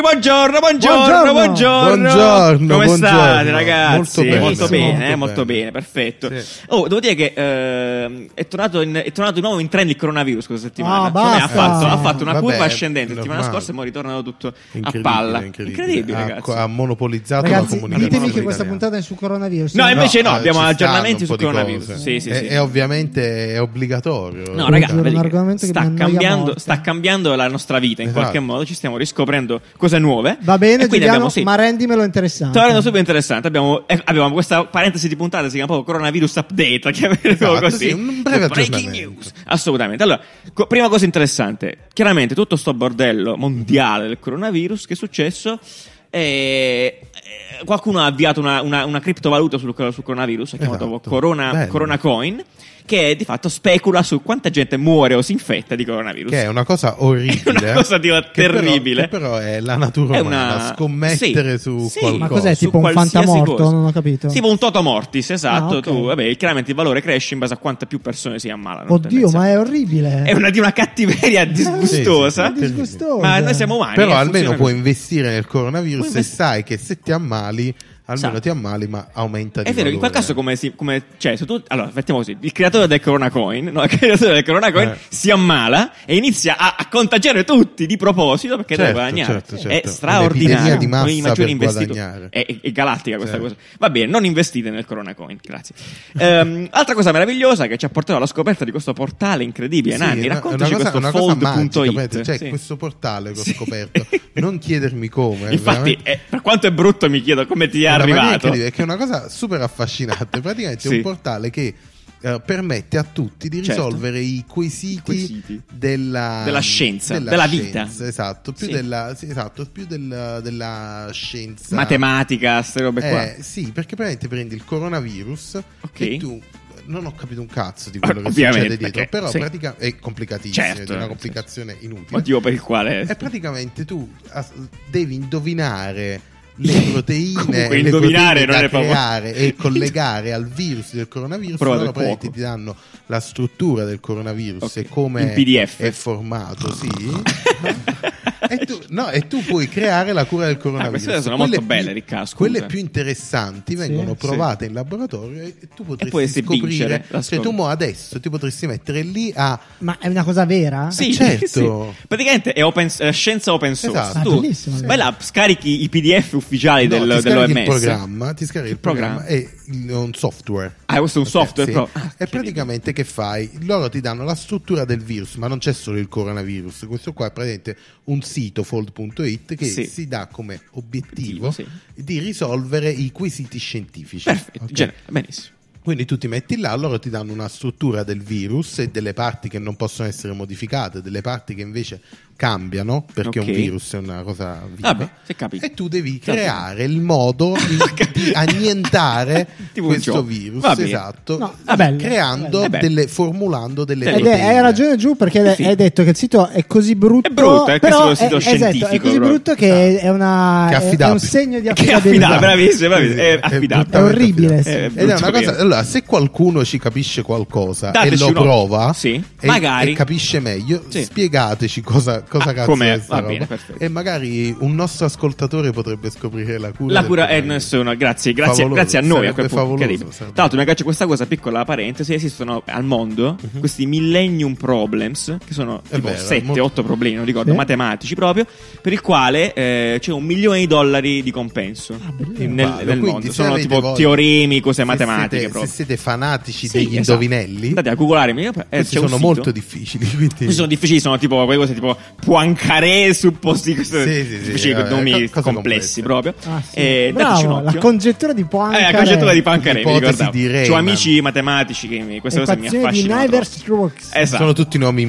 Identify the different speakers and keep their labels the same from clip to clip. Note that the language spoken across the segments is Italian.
Speaker 1: Buongiorno, buongiorno, buongiorno.
Speaker 2: Buongiorno.
Speaker 3: Buongiorno,
Speaker 1: Come
Speaker 3: buongiorno.
Speaker 1: state, ragazzi?
Speaker 3: Molto bene,
Speaker 1: molto
Speaker 3: sì,
Speaker 1: bene,
Speaker 3: molto
Speaker 1: eh, molto
Speaker 3: bene.
Speaker 1: bene, perfetto.
Speaker 3: Sì.
Speaker 1: Oh, devo dire che ehm, è, tornato in- è tornato di nuovo in trend il coronavirus questa settimana.
Speaker 2: Ah,
Speaker 1: Cioè, ha,
Speaker 2: basta.
Speaker 1: fatto, ha fatto una
Speaker 3: Vabbè,
Speaker 1: curva ascendente la settimana
Speaker 3: normale.
Speaker 1: scorsa e poi è ritornato tutto a
Speaker 3: Incredibile,
Speaker 1: palla.
Speaker 3: incredibile.
Speaker 1: Incredibile,
Speaker 3: ha,
Speaker 1: ragazzi.
Speaker 3: ha monopolizzato
Speaker 2: Ragazzi,
Speaker 3: la comunicazione.
Speaker 2: ditemi che questa
Speaker 3: italiana.
Speaker 2: puntata è sul coronavirus.
Speaker 1: No, invece no,
Speaker 3: eh,
Speaker 1: abbiamo
Speaker 3: ci stanno
Speaker 1: aggiornamenti
Speaker 3: un po'
Speaker 1: sul
Speaker 3: di
Speaker 1: coronavirus.
Speaker 3: cose.
Speaker 1: Sì, sì,
Speaker 3: è,
Speaker 1: sì.
Speaker 3: è ovviamente è obbligatorio.
Speaker 1: No,
Speaker 2: Buongiorno,
Speaker 1: raga,
Speaker 2: un
Speaker 1: vedi che
Speaker 2: argomento che mi
Speaker 1: sta,
Speaker 2: annoia a
Speaker 1: cambiando,
Speaker 2: morte.
Speaker 1: sta cambiando la nostra vita in
Speaker 3: Esatto.
Speaker 1: qualche modo, ci stiamo riscoprendo cose nuove.
Speaker 2: Va bene,
Speaker 1: e quindi
Speaker 2: Giuliano,
Speaker 1: abbiamo, sì,
Speaker 2: ma rendimelo interessante.
Speaker 1: Tornando subito interessante, abbiamo, eh, abbiamo questa parentesi di puntata si chiama proprio coronavirus update, chiameremo
Speaker 3: Esatto,
Speaker 1: così.
Speaker 3: sì, un breve
Speaker 1: Breaking
Speaker 3: aggiornamento.
Speaker 1: news. Assolutamente. Allora, co- prima cosa interessante, chiaramente tutto sto bordello mondiale del coronavirus che è successo eh, eh, Qualcuno ha avviato una, una- una criptovaluta sul, sul coronavirus, ha chiamato
Speaker 3: Esatto.
Speaker 1: Corona,
Speaker 3: Bello.
Speaker 1: Corona Coin, che di fatto specula su quanta gente muore o si infetta di coronavirus.
Speaker 3: Che è una cosa orribile.
Speaker 1: È una cosa di-
Speaker 3: che però-
Speaker 1: terribile.
Speaker 3: che Però, è la natura
Speaker 1: È
Speaker 3: umana.
Speaker 1: una-
Speaker 3: Scommettere
Speaker 1: sì,
Speaker 3: su
Speaker 1: sì.
Speaker 3: qualcosa.
Speaker 2: Ma cos'è,
Speaker 1: Su
Speaker 2: tipo un
Speaker 1: qualsiasi
Speaker 2: fantamorto?
Speaker 1: cosa.
Speaker 2: Non ho capito.
Speaker 1: Tipo un toto mortis, esatto.
Speaker 2: Ah, ok.
Speaker 1: Tu, vabbè, chiaramente il valore cresce in base a quante più persone si ammalano.
Speaker 2: Oddio, ma
Speaker 1: tendenzialmente.
Speaker 2: è orribile.
Speaker 1: È una, di una cattiveria disgustosa.
Speaker 3: sì, sì, sì.
Speaker 2: disgustoso.
Speaker 1: Ma noi siamo umani.
Speaker 3: Però
Speaker 1: eh,
Speaker 3: almeno
Speaker 1: funziona
Speaker 3: puoi
Speaker 1: così.
Speaker 3: investire nel coronavirus
Speaker 1: Puoi invest-
Speaker 3: e sai che se ti ammali, almeno
Speaker 1: Sa.
Speaker 3: ti ammali, ma aumenta di
Speaker 1: È vero, in quel
Speaker 3: valore.
Speaker 1: caso come si... Come, cioè, se tu... Allora, mettiamo così. Il creatore del Corona Coin, no, il creatore del Corona Coin
Speaker 3: Eh.
Speaker 1: si ammala e inizia a, a contagiare tutti di proposito perché
Speaker 3: Certo,
Speaker 1: deve guadagnare.
Speaker 3: certo,
Speaker 1: È
Speaker 3: certo.
Speaker 1: straordinario.
Speaker 3: Un'epidemia di massa
Speaker 1: Uno dei maggiori
Speaker 3: per
Speaker 1: investitori.
Speaker 3: guadagnare.
Speaker 1: È, è- è galattica questa
Speaker 3: Certo.
Speaker 1: cosa. Va bene, non investite nel Corona Coin, grazie. Ehm, altra cosa meravigliosa che ci ha portato alla scoperta di questo portale incredibile,
Speaker 3: Sì,
Speaker 1: Nanni,
Speaker 3: è una-
Speaker 1: raccontaci
Speaker 3: è una
Speaker 1: questo
Speaker 3: cosa- una cosa magica,
Speaker 1: fold.it.
Speaker 3: capito? Cioè,
Speaker 1: Sì.
Speaker 3: questo portale che ho
Speaker 1: Sì.
Speaker 3: scoperto. Non chiedermi come. è
Speaker 1: Infatti,
Speaker 3: veramente-
Speaker 1: eh, per quanto è brutto mi chiedo come ti è
Speaker 3: una maniera
Speaker 1: arrivato.
Speaker 3: incredibile, Che è una cosa super affascinante. Praticamente è
Speaker 1: Sì.
Speaker 3: un portale che eh, permette a tutti di
Speaker 1: Certo.
Speaker 3: risolvere i quesiti,
Speaker 1: Quesiti.
Speaker 3: Della,
Speaker 1: Della scienza, della vita.
Speaker 3: scienza, Esatto, più,
Speaker 1: Sì.
Speaker 3: della, sì, esatto, più del- della scienza.
Speaker 1: Matematica, queste robe qua.
Speaker 3: Eh, sì, perché praticamente prendi il coronavirus
Speaker 1: Ok.
Speaker 3: e tu non ho capito un cazzo di quello
Speaker 1: Ah,
Speaker 3: che
Speaker 1: ovviamente,
Speaker 3: succede dietro,
Speaker 1: perché-
Speaker 3: però
Speaker 1: sì.
Speaker 3: pratica- è complicatissimo,
Speaker 1: Certo,
Speaker 3: è
Speaker 1: nel
Speaker 3: una
Speaker 1: senso.
Speaker 3: complicazione inutile.
Speaker 1: Motivo per il quale.
Speaker 3: E praticamente tu as- devi indovinare le proteine,
Speaker 1: Comunque,
Speaker 3: le
Speaker 1: indovinare
Speaker 3: proteine
Speaker 1: non
Speaker 3: da
Speaker 1: è proprio-
Speaker 3: creare e collegare al virus del coronavirus,
Speaker 1: Prova del
Speaker 3: loro praticamente
Speaker 1: cuoco.
Speaker 3: ti danno la struttura del coronavirus
Speaker 1: Ok,
Speaker 3: e come
Speaker 1: in PDF.
Speaker 3: è formato, sì.
Speaker 1: Eh,
Speaker 3: e, tu, no, e tu puoi creare la cura del
Speaker 1: Ah,
Speaker 3: coronavirus.
Speaker 1: queste sono
Speaker 3: Quelle
Speaker 1: molto belle, Riccardo, scusa.
Speaker 3: Quelle più interessanti vengono
Speaker 2: sì.
Speaker 3: provate in laboratorio e tu
Speaker 1: poi
Speaker 3: potresti
Speaker 1: si vincere
Speaker 3: scoprire,
Speaker 1: la
Speaker 3: cioè tu
Speaker 1: scop-
Speaker 3: mo adesso ti potresti mettere lì a
Speaker 2: Ma è una cosa vera?
Speaker 1: Sì,
Speaker 3: Eh, certo.
Speaker 1: sì. Praticamente è open- eh, scienza open source.
Speaker 3: Esatto.
Speaker 1: Tu
Speaker 2: Ah, bellissimo,
Speaker 1: vai là, scarichi i PDF ufficiali
Speaker 3: No,
Speaker 1: del,
Speaker 3: ti scarichi il
Speaker 1: dell'OMS.
Speaker 3: programma, ti scarichi
Speaker 1: Il
Speaker 3: il
Speaker 1: programma.
Speaker 3: programma, e il- un software.
Speaker 1: Ah, questo è un
Speaker 3: Ok,
Speaker 1: software
Speaker 3: sì.
Speaker 1: proprio. Ah,
Speaker 3: e praticamente che fai? Loro ti danno la struttura del virus, ma non c'è solo il coronavirus. Questo qua è praticamente un sito fold.it che
Speaker 1: Sì.
Speaker 3: si dà come obiettivo
Speaker 1: Obiettivo, sì.
Speaker 3: di risolvere i quesiti scientifici.
Speaker 1: Perfetto,
Speaker 3: Ok?
Speaker 1: Gen- benissimo.
Speaker 3: Quindi tu ti metti là, loro ti danno una struttura del virus e delle parti che non possono essere modificate, delle parti che invece cambiano, perché
Speaker 1: Ok.
Speaker 3: un virus è una cosa viva.
Speaker 1: Vabbè, si è capito.
Speaker 3: E tu devi
Speaker 1: Capito.
Speaker 3: creare il modo
Speaker 1: Ho
Speaker 3: di,
Speaker 1: capito.
Speaker 3: di annientare
Speaker 1: Tipo un
Speaker 3: questo
Speaker 1: gioco.
Speaker 3: virus,
Speaker 1: Va bene.
Speaker 3: esatto,
Speaker 2: No, è bello,
Speaker 3: creando
Speaker 1: è bello.
Speaker 3: delle formulando delle
Speaker 1: Ed
Speaker 2: Ed è,
Speaker 3: proteine.
Speaker 2: hai ragione giù perché
Speaker 1: Sì.
Speaker 2: hai detto che il sito è così brutto.
Speaker 1: È brutto, è questo
Speaker 2: però
Speaker 1: è un sito
Speaker 2: esatto, è
Speaker 1: scientifico,
Speaker 2: così
Speaker 1: proprio. Ah.
Speaker 2: brutto che è, una, è-
Speaker 3: Che è
Speaker 2: è un
Speaker 3: affidabile.
Speaker 2: segno di
Speaker 1: Che
Speaker 2: affidabilità.
Speaker 1: affidabile, bravissimo, bravissimo. È
Speaker 3: È
Speaker 1: affidabile.
Speaker 2: È orribile. sì.
Speaker 1: Eh,
Speaker 3: Ed è
Speaker 1: brutto
Speaker 3: una cosa,
Speaker 1: vero.
Speaker 3: allora, se qualcuno ci capisce qualcosa
Speaker 1: Dateci
Speaker 3: e lo
Speaker 1: un'occhio.
Speaker 3: prova
Speaker 1: Sì,
Speaker 3: e,
Speaker 1: magari.
Speaker 3: e capisce meglio,
Speaker 1: Sì.
Speaker 3: spiegateci cosa, cosa
Speaker 1: Ah,
Speaker 3: cazzo
Speaker 1: com'è?
Speaker 3: è sta
Speaker 1: Va
Speaker 3: roba.
Speaker 1: bene, perfetto.
Speaker 3: E magari un nostro ascoltatore potrebbe scoprire la cura.
Speaker 1: La
Speaker 3: del
Speaker 1: cura è
Speaker 3: coronavirus.
Speaker 1: nessuna, grazie, grazie,
Speaker 3: Favoloso,
Speaker 1: grazie a noi a
Speaker 3: sarebbe
Speaker 1: quel punto.
Speaker 3: favoloso,
Speaker 1: incredibile. Tra
Speaker 3: sarebbe.
Speaker 1: l'altro, mi aggancio a questa cosa, piccola parentesi: esistono al mondo questi Millennium Problems, che sono
Speaker 3: Mhm. È
Speaker 1: tipo
Speaker 3: vero,
Speaker 1: 7-8
Speaker 3: molto-
Speaker 1: problemi, non ricordo,
Speaker 2: Sì.
Speaker 1: matematici proprio, per il quale eh, c'è un milione di dollari di compenso
Speaker 2: Ah, bellissimo.
Speaker 1: nel,
Speaker 3: Vale,
Speaker 1: nel
Speaker 3: quindi
Speaker 1: mondo.
Speaker 3: se
Speaker 1: Sono
Speaker 3: avete
Speaker 1: tipo
Speaker 3: voglia-
Speaker 1: teoremi, cose
Speaker 3: se
Speaker 1: matematiche
Speaker 3: siete-
Speaker 1: proprio.
Speaker 3: Se siete fanatici
Speaker 1: Sì,
Speaker 3: degli
Speaker 1: esatto.
Speaker 3: indovinelli,
Speaker 1: Andate a googolare, mi- eh,
Speaker 3: questi
Speaker 1: c'è un sito.
Speaker 3: sono molto difficili. Quindi...
Speaker 1: Questi sono difficili, sono tipo quelle cose tipo Poincaré, supposti, queste
Speaker 3: Sì, sì, sì,
Speaker 1: difficili,
Speaker 3: vabbè,
Speaker 1: nomi
Speaker 3: co- cose
Speaker 1: complessi
Speaker 3: complesse.
Speaker 1: proprio.
Speaker 2: Ah, sì.
Speaker 1: Eh, dateci un
Speaker 2: Bravo, la
Speaker 1: occhio.
Speaker 2: congettura di Poincaré.
Speaker 1: Eh, la congettura di Poincaré, mi
Speaker 3: Ipotesi
Speaker 1: ricordavo.
Speaker 3: di
Speaker 1: Ho
Speaker 3: Riemann.
Speaker 1: amici matematici che mi, queste cose mi
Speaker 2: Equazione di
Speaker 1: affascinano. troppo.
Speaker 2: Navier-Stokes.
Speaker 1: Esatto.
Speaker 3: Sono tutti nomi
Speaker 1: Sono nomi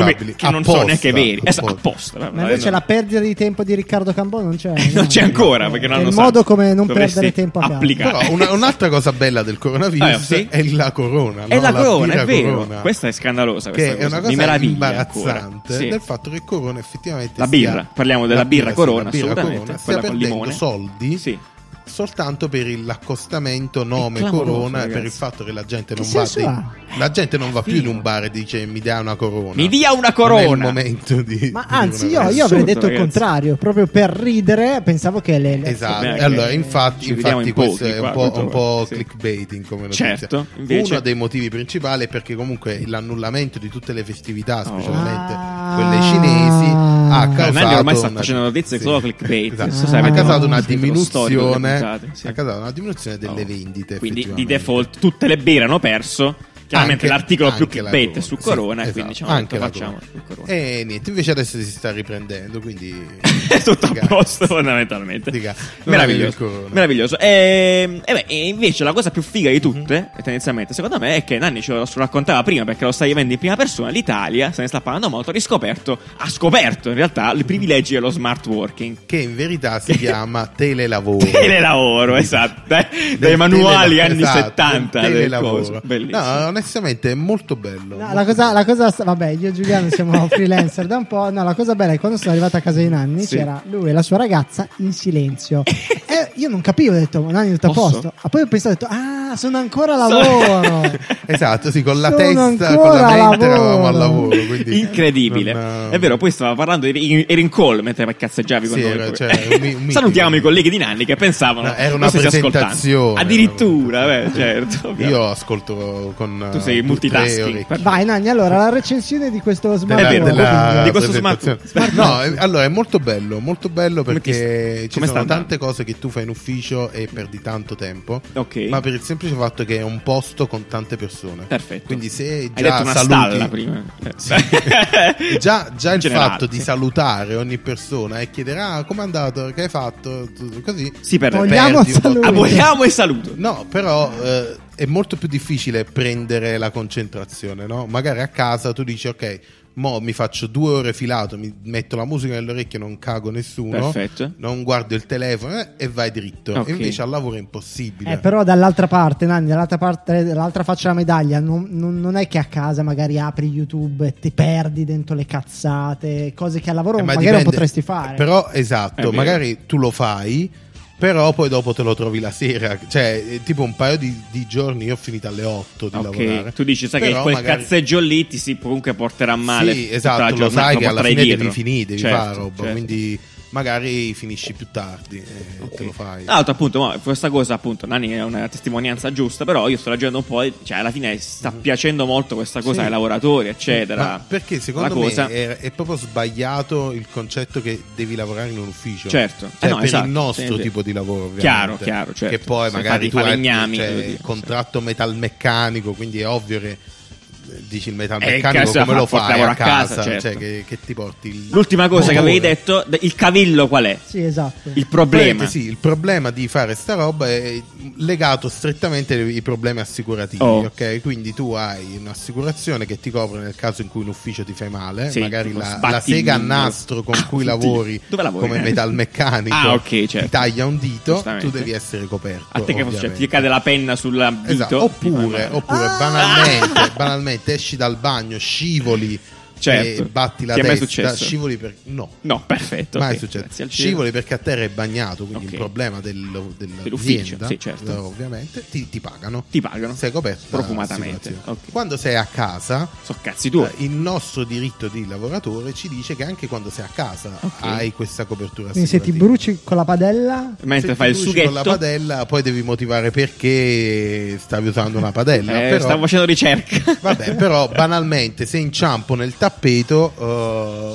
Speaker 3: impronunciabili.
Speaker 1: che non sono
Speaker 3: Apposta,
Speaker 1: neanche veri. Esatto,
Speaker 3: apposta.
Speaker 1: apposta. vabbè,
Speaker 2: Ma invece
Speaker 1: no.
Speaker 2: la perdita di tempo di Riccardo Cambò non c'è.
Speaker 1: Non
Speaker 2: no.
Speaker 1: c'è ancora,
Speaker 2: Eh,
Speaker 1: perché non
Speaker 2: è
Speaker 1: hanno
Speaker 2: il
Speaker 1: usato.
Speaker 2: modo come non
Speaker 1: Dovresti
Speaker 2: perdere tempo a
Speaker 1: applicare.
Speaker 3: Però una- un'altra cosa bella del coronavirus
Speaker 1: Ah, sì?
Speaker 3: è la corona.
Speaker 1: È
Speaker 3: no?
Speaker 1: la corona,
Speaker 3: pira
Speaker 1: è vero.
Speaker 3: corona.
Speaker 1: Questa è scandalosa.
Speaker 3: che
Speaker 1: questa
Speaker 3: è una
Speaker 1: Mi
Speaker 3: cosa
Speaker 1: meraviglia
Speaker 3: imbarazzante
Speaker 1: ancora. Sì.
Speaker 3: del fatto che Corona effettivamente
Speaker 1: La
Speaker 3: sia-
Speaker 1: birra, parliamo della birra
Speaker 3: sì,
Speaker 1: Corona,
Speaker 3: la birra
Speaker 1: assolutamente, quella
Speaker 3: Corona, stia
Speaker 1: con
Speaker 3: perdendo
Speaker 1: limone.
Speaker 3: soldi
Speaker 1: Sì.
Speaker 3: soltanto per il- l'accostamento nome
Speaker 1: clamoroso,
Speaker 3: corona e
Speaker 1: ragazzi.
Speaker 3: per il fatto che la gente
Speaker 2: Che
Speaker 3: non va,
Speaker 2: senso
Speaker 3: di-
Speaker 2: ha?
Speaker 3: la gente non va più in
Speaker 1: figo.
Speaker 3: un bar e dice mi dia una corona.
Speaker 1: Mi dia una
Speaker 3: Non è il
Speaker 1: corona.
Speaker 3: momento di
Speaker 2: Ma
Speaker 3: di
Speaker 2: anzi,
Speaker 3: una
Speaker 2: io, io
Speaker 3: cosa.
Speaker 2: avrei
Speaker 1: Assurdo,
Speaker 2: detto il
Speaker 1: ragazzi.
Speaker 2: contrario, proprio per ridere, pensavo che le. le-
Speaker 3: Esatto,
Speaker 1: Beh,
Speaker 3: E allora
Speaker 1: eh,
Speaker 3: infatti,
Speaker 1: ci vediamo
Speaker 3: infatti
Speaker 1: in
Speaker 3: questo
Speaker 1: pochi
Speaker 3: è
Speaker 1: qua,
Speaker 3: un po',
Speaker 1: questo
Speaker 3: un po'
Speaker 1: sì.
Speaker 3: clickbaiting come notizia.
Speaker 1: Certo, invece-
Speaker 3: Uno dei motivi principali è perché comunque l'annullamento di tutte le festività, specialmente
Speaker 2: Ah.
Speaker 3: quelle cinesi, ha
Speaker 2: Beh,
Speaker 3: causato...
Speaker 1: Nanni Oh. ormai sta
Speaker 3: una- Esatto.
Speaker 1: facendo notizie solo clickbait. Non so se
Speaker 3: ha
Speaker 1: avete
Speaker 3: causato una
Speaker 1: visto lo storico delle
Speaker 3: diminuzione,
Speaker 1: puntate, sì.
Speaker 3: ha causato una diminuzione delle
Speaker 1: Oh.
Speaker 3: vendite.
Speaker 1: Quindi di
Speaker 3: effettivamente.
Speaker 1: default tutte le birre hanno perso. Chiaramente
Speaker 3: Anche-
Speaker 1: l'articolo più
Speaker 3: anche la
Speaker 1: clickbait è su
Speaker 3: Sì,
Speaker 1: Corona,
Speaker 3: esatto,
Speaker 1: quindi diciamo
Speaker 3: anche la
Speaker 1: detto, facciamo
Speaker 3: Corona.
Speaker 1: su Corona.
Speaker 3: E niente, invece adesso si sta riprendendo, quindi...
Speaker 1: È tutto a
Speaker 3: Dica-
Speaker 1: posto fondamentalmente.
Speaker 3: dica, non avevi il
Speaker 1: meraviglioso.
Speaker 3: corona.
Speaker 1: meraviglioso. E, e beh, e invece la cosa più figa di tutte, e
Speaker 3: Mhm.
Speaker 1: tendenzialmente, secondo me, è che Nanni ce lo raccontava prima perché lo stai vivendo in prima persona. L'Italia se ne sta parlando molto. Ha riscoperto, ha scoperto in realtà i privilegi dello smart working.
Speaker 3: Che in verità si chiama telelavoro.
Speaker 1: Telelavoro, esatto. Dai,
Speaker 3: Del
Speaker 1: dai manuali
Speaker 3: telelavo-
Speaker 1: anni
Speaker 3: esatto,
Speaker 1: 70
Speaker 3: del
Speaker 1: del
Speaker 3: telelavoro.
Speaker 1: coso. Bellissimo.
Speaker 3: No, onestamente è molto bello.
Speaker 2: No, la cosa, la cosa- vabbè, io e Giuliano siamo freelancer da un po'. No, la cosa bella è che quando sono arrivato a casa di Nanni
Speaker 1: Sì.
Speaker 2: c'era lui e la sua ragazza in silenzio. E io non capivo, ho detto, ma Nanni, tutto a
Speaker 1: Posso?
Speaker 2: posto. Ah, poi ho pensato, ho detto, ah, sono ancora a
Speaker 1: Sono-
Speaker 2: lavoro.
Speaker 3: Esatto, sì, con la
Speaker 2: Sono
Speaker 3: testa, con
Speaker 2: ancora
Speaker 3: la
Speaker 2: al
Speaker 3: mente
Speaker 2: lavoro.
Speaker 3: eravamo al lavoro. quindi
Speaker 1: Incredibile,
Speaker 3: non, eh,
Speaker 1: è vero. Poi stava parlando, eri eri in call mentre cazzeggiavi con
Speaker 3: Sì,
Speaker 1: noi.
Speaker 3: era- cioè, un mi- un
Speaker 1: Salutiamo
Speaker 3: meeting.
Speaker 1: i colleghi di Nanni che pensavano
Speaker 3: No, era
Speaker 1: lo
Speaker 3: una
Speaker 1: stessi ascoltando.
Speaker 3: presentazione.
Speaker 1: Addirittura, beh, certo.
Speaker 3: Io ascolto con.
Speaker 1: Tu sei
Speaker 3: eh, tutte le
Speaker 1: multitasking.
Speaker 3: orecchie.
Speaker 2: Vai, Nanni, allora la recensione di questo smart
Speaker 1: È
Speaker 3: Della-
Speaker 1: vero.
Speaker 2: working.
Speaker 3: della
Speaker 1: Di questo
Speaker 3: presentazione.
Speaker 1: smart-
Speaker 3: no, eh, allora è molto bello, molto bello
Speaker 1: Come
Speaker 3: perché
Speaker 1: ti-
Speaker 3: ci
Speaker 1: come
Speaker 3: sono
Speaker 1: sta andando?
Speaker 3: tante cose che tu fai in ufficio e perdi tanto tempo.
Speaker 1: Ok.
Speaker 3: Ma per il semplice fatto che è un posto con tante persone.
Speaker 1: Perfetto.
Speaker 3: Quindi se
Speaker 1: Hai
Speaker 3: già
Speaker 1: detto una stalla
Speaker 3: saluti
Speaker 1: prima. Eh.
Speaker 3: E già, già
Speaker 1: In
Speaker 3: il
Speaker 1: generale,
Speaker 3: fatto di
Speaker 1: sì.
Speaker 3: salutare ogni persona e chiedere ah com'è andato che hai fatto Tu- così
Speaker 1: Si perde. Ah,
Speaker 2: Vogliamo-
Speaker 3: perdi un po' di
Speaker 2: salutare.
Speaker 3: tempo.
Speaker 1: Aboliamo e saluto.
Speaker 3: no però eh, è molto più difficile prendere la concentrazione no? magari a casa tu dici ok mo mi faccio due ore filato mi metto la musica nell'orecchio non cago nessuno
Speaker 1: Perfetto.
Speaker 3: non guardo il telefono eh, e vai dritto
Speaker 1: Ok.
Speaker 3: invece al lavoro è impossibile
Speaker 2: Eh, però dall'altra parte, Nanni, dall'altra, parte, dall'altra faccia della medaglia, non, non- non è che a casa magari apri YouTube e ti perdi dentro le cazzate, cose che al lavoro
Speaker 3: Eh, ma
Speaker 2: magari non
Speaker 3: dipende-
Speaker 2: potresti fare.
Speaker 3: Però
Speaker 1: È
Speaker 3: esatto,
Speaker 1: vero.
Speaker 3: magari tu lo fai, però poi dopo te lo trovi la sera. Cioè, eh, tipo un paio di, di giorni io ho finito alle 8 di
Speaker 1: Ok,
Speaker 3: lavorare.
Speaker 1: tu dici, sai che
Speaker 3: Però
Speaker 1: quel
Speaker 3: magari-
Speaker 1: cazzeggio lì ti si comunque porterà male.
Speaker 3: Sì,
Speaker 1: tutta la
Speaker 3: esatto, lo
Speaker 1: giornata,
Speaker 3: sai che alla
Speaker 1: porterai
Speaker 3: fine
Speaker 1: dietro.
Speaker 3: devi finire, devi
Speaker 1: Certo,
Speaker 3: fare roba,
Speaker 1: certo.
Speaker 3: quindi magari finisci più tardi e te lo fai.
Speaker 1: Tra l'altro, appunto, mo, questa cosa, appunto, Nani è una testimonianza giusta, però io sto leggendo un po', e, cioè, alla fine sta piacendo molto questa cosa
Speaker 3: Mm. Sì.
Speaker 1: ai lavoratori, eccetera.
Speaker 3: Ma perché secondo
Speaker 1: La
Speaker 3: me
Speaker 1: cosa-
Speaker 3: è, è proprio sbagliato il concetto che devi lavorare in un ufficio.
Speaker 1: Certo.
Speaker 3: Cioè,
Speaker 1: Eh no,
Speaker 3: per
Speaker 1: esatto,
Speaker 3: il nostro
Speaker 1: sì, sì.
Speaker 3: tipo di lavoro, ovviamente.
Speaker 1: Chiaro, chiaro, certo.
Speaker 3: Che poi
Speaker 1: Se fate
Speaker 3: magari
Speaker 1: i
Speaker 3: tu hai
Speaker 1: falegnami,
Speaker 3: cioè,
Speaker 1: devo dire,
Speaker 3: contratto metalmeccanico, quindi è ovvio che eh, dici il
Speaker 1: Eh,
Speaker 3: metalmeccanico
Speaker 1: che se
Speaker 3: come
Speaker 1: la
Speaker 3: lo
Speaker 1: fa-
Speaker 3: fai
Speaker 1: lavora
Speaker 3: a
Speaker 1: a casa,
Speaker 3: casa,
Speaker 1: certo.
Speaker 3: cioè che, che ti porti il
Speaker 1: L'ultima cosa che avevi
Speaker 3: odore.
Speaker 1: detto, d- il cavillo qual è?
Speaker 2: Sì, esatto.
Speaker 1: Il problema.
Speaker 3: Praticamente Sì, il problema di fare sta roba è legato strettamente ai problemi assicurativi,
Speaker 1: Oh.
Speaker 3: ok? Quindi tu hai un'assicurazione che ti copre nel caso in cui l'ufficio ti fai male,
Speaker 1: Sì,
Speaker 3: magari
Speaker 1: tipo
Speaker 3: la,
Speaker 1: sbatti
Speaker 3: la sega a
Speaker 1: il-
Speaker 3: nastro con
Speaker 1: Ah,
Speaker 3: cui
Speaker 1: oddio.
Speaker 3: lavori,
Speaker 1: Dove lavori?
Speaker 3: come metalmeccanico,
Speaker 1: Ah, ok, certo.
Speaker 3: ti taglia un dito, tu
Speaker 1: Giustamente.
Speaker 3: devi essere coperto.
Speaker 1: A te che
Speaker 3: ovviamente.
Speaker 1: succede? Ti cade la penna sulla dito
Speaker 3: Esatto.
Speaker 1: ti fa
Speaker 3: Oppure,
Speaker 1: male.
Speaker 3: oppure
Speaker 2: Ah!
Speaker 3: banalmente, banalmente esci dal bagno, scivoli
Speaker 1: Certo.
Speaker 3: e batti la
Speaker 1: Ti è mai
Speaker 3: testa,
Speaker 1: successo?
Speaker 3: scivoli per no.
Speaker 1: No, perfetto.
Speaker 3: Mai
Speaker 1: ok, grazie
Speaker 3: succede.
Speaker 1: al cielo.
Speaker 3: Scivoli perché a terra è bagnato, quindi
Speaker 1: Ok.
Speaker 3: il problema del,
Speaker 1: Dell'ufficio,
Speaker 3: dell'azienda,
Speaker 1: sì, certo.
Speaker 3: eh, ovviamente, ti, ti pagano.
Speaker 1: Ti pagano.
Speaker 3: Sei coperto. da
Speaker 1: Profumatamente,
Speaker 3: assicurazione.
Speaker 1: ok.
Speaker 3: Quando sei a casa,
Speaker 1: So cazzi tuoi.
Speaker 3: eh, il nostro diritto di lavoratore ci dice che anche quando sei a casa
Speaker 1: Ok.
Speaker 3: hai questa copertura
Speaker 2: Quindi se ti
Speaker 3: assicurativa.
Speaker 2: bruci con la padella,
Speaker 1: Mentre
Speaker 3: Se
Speaker 1: fai
Speaker 3: ti
Speaker 1: il
Speaker 3: bruci con la
Speaker 1: sughetto,
Speaker 3: padella, poi devi motivare perché stavi usando una padella.
Speaker 1: eh,
Speaker 3: però...
Speaker 1: stavo facendo ricerca.
Speaker 3: Vabbè, però banalmente se inciampo nel tappeto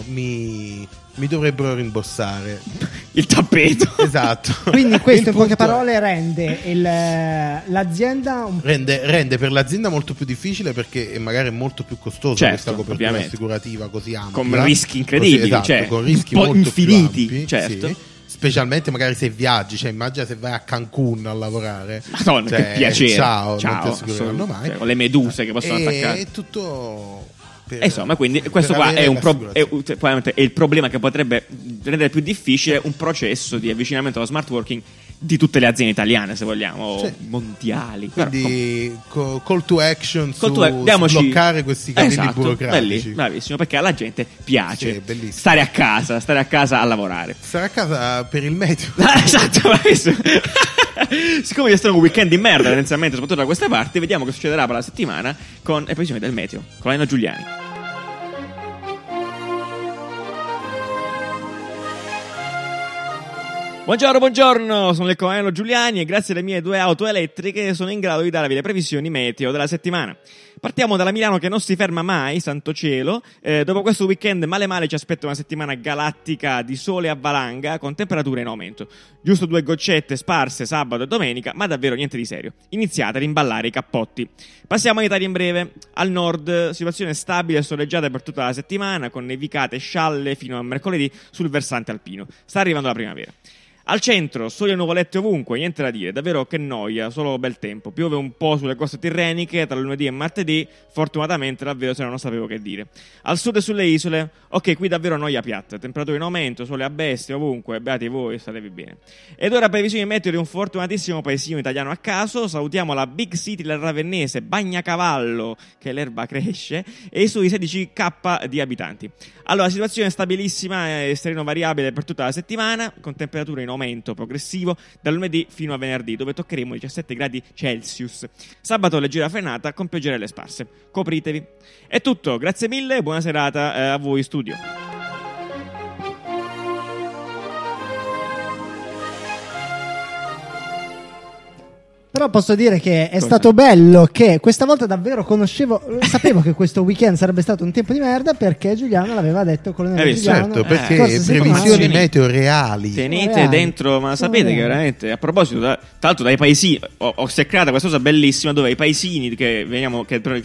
Speaker 3: eh, mi, mi dovrebbero rimborsare.
Speaker 1: Il tappeto.
Speaker 3: Esatto.
Speaker 2: quindi questo
Speaker 3: Il
Speaker 2: in poche
Speaker 3: punto è-
Speaker 2: parole rende il, eh, l'azienda un
Speaker 3: Rende, rende per l'azienda molto più difficile perché è magari molto più costosa
Speaker 1: Certo,
Speaker 3: questa copertura
Speaker 1: ovviamente.
Speaker 3: assicurativa così ampia.
Speaker 1: Con rischi incredibili,
Speaker 3: Così, esatto,
Speaker 1: cioè,
Speaker 3: con rischi
Speaker 1: un po'
Speaker 3: molto più
Speaker 1: infiniti,
Speaker 3: ampi,
Speaker 1: certo.
Speaker 3: sì. Specialmente magari se viaggi, cioè immagina se vai a Cancun a lavorare.
Speaker 1: Madonna,
Speaker 3: Cioè,
Speaker 1: che piacere.
Speaker 3: Ciao, non ti
Speaker 1: ciao
Speaker 3: assicureranno
Speaker 1: assolutamente.
Speaker 3: mai.
Speaker 1: Cioè, con le meduse che possono
Speaker 3: e
Speaker 1: attaccare.
Speaker 3: È tutto. per-
Speaker 1: E Insomma, quindi
Speaker 3: per
Speaker 1: questo qua
Speaker 3: avere
Speaker 1: è, un pro- è
Speaker 3: l'assicurazione.
Speaker 1: un- cioè, probabilmente è il problema che potrebbe rendere più difficile un processo di avvicinamento allo smart working di tutte le aziende italiane, se vogliamo, o
Speaker 3: Sì.
Speaker 1: mondiali.
Speaker 3: Quindi co- call to action
Speaker 1: Però, com- col
Speaker 3: su,
Speaker 1: tuo- eh, diamoci-
Speaker 3: su bloccare questi cavilli
Speaker 1: Esatto,
Speaker 3: burocratici.
Speaker 1: belli- bravissimo, perché alla gente piace
Speaker 3: Sì, è bellissimo.
Speaker 1: stare a casa, stare a casa a lavorare. Ah,
Speaker 3: Sarà a casa per il meteo.
Speaker 1: esatto, bravissimo. Siccome è stato un weekend di merda, tendenzialmente, soprattutto da queste parti, vediamo che succederà per la settimana con le previsioni del meteo. Con Elena Giuliani. Buongiorno, buongiorno, sono il Coelho Giuliani e grazie alle mie due auto elettriche sono in grado di darvi le previsioni meteo della settimana. Partiamo dalla Milano che non si ferma mai, santo cielo. Eh, dopo questo weekend male male ci aspetta una settimana galattica di sole a valanga con temperature in aumento. Giusto due goccette sparse sabato e domenica, ma davvero niente di serio. Iniziate a rimballare i cappotti. Passiamo all'Italia in breve. Al nord, situazione stabile e soleggiata per tutta la settimana, con nevicate e scialle fino a mercoledì sul versante alpino. Sta arrivando la primavera. Al centro, sole e nuvolette ovunque, niente da dire, davvero che noia, solo bel tempo. Piove un po' sulle coste tirreniche tra lunedì e martedì, fortunatamente davvero se no non sapevo che dire. Al sud e sulle isole, ok, qui davvero noia piatta, temperature in aumento, sole a bestia ovunque, beati voi, statevi bene. Ed ora previsioni meteo di un fortunatissimo paesino italiano a caso, salutiamo la big city del Ravennese, Bagnacavallo, che l'erba cresce, e i suoi 16k di abitanti. Allora, situazione stabilissima e sereno variabile per tutta la settimana, con temperature in aumento progressivo dal lunedì fino a venerdì, dove toccheremo i 17 gradi Celsius. Sabato leggera frenata con pioggerelle sparse. Copritevi. È tutto, grazie mille e buona serata eh, a voi in studio.
Speaker 2: Però posso dire che è stato bello che questa volta davvero conoscevo, sapevo che questo weekend sarebbe stato un tempo di merda perché Giuliano l'aveva detto con
Speaker 1: Eh, visto,
Speaker 2: Giuliano.
Speaker 3: Certo, perché
Speaker 1: Eh,
Speaker 2: cosa si
Speaker 3: previsioni
Speaker 1: fa?
Speaker 3: meteo reali.
Speaker 1: Tenete
Speaker 2: Reali.
Speaker 1: dentro, ma sapete che
Speaker 2: Reali.
Speaker 1: veramente, a proposito, da- tra l'altro dai paesini, ho, ho seccato questa cosa bellissima dove i paesini che veniamo, che, che,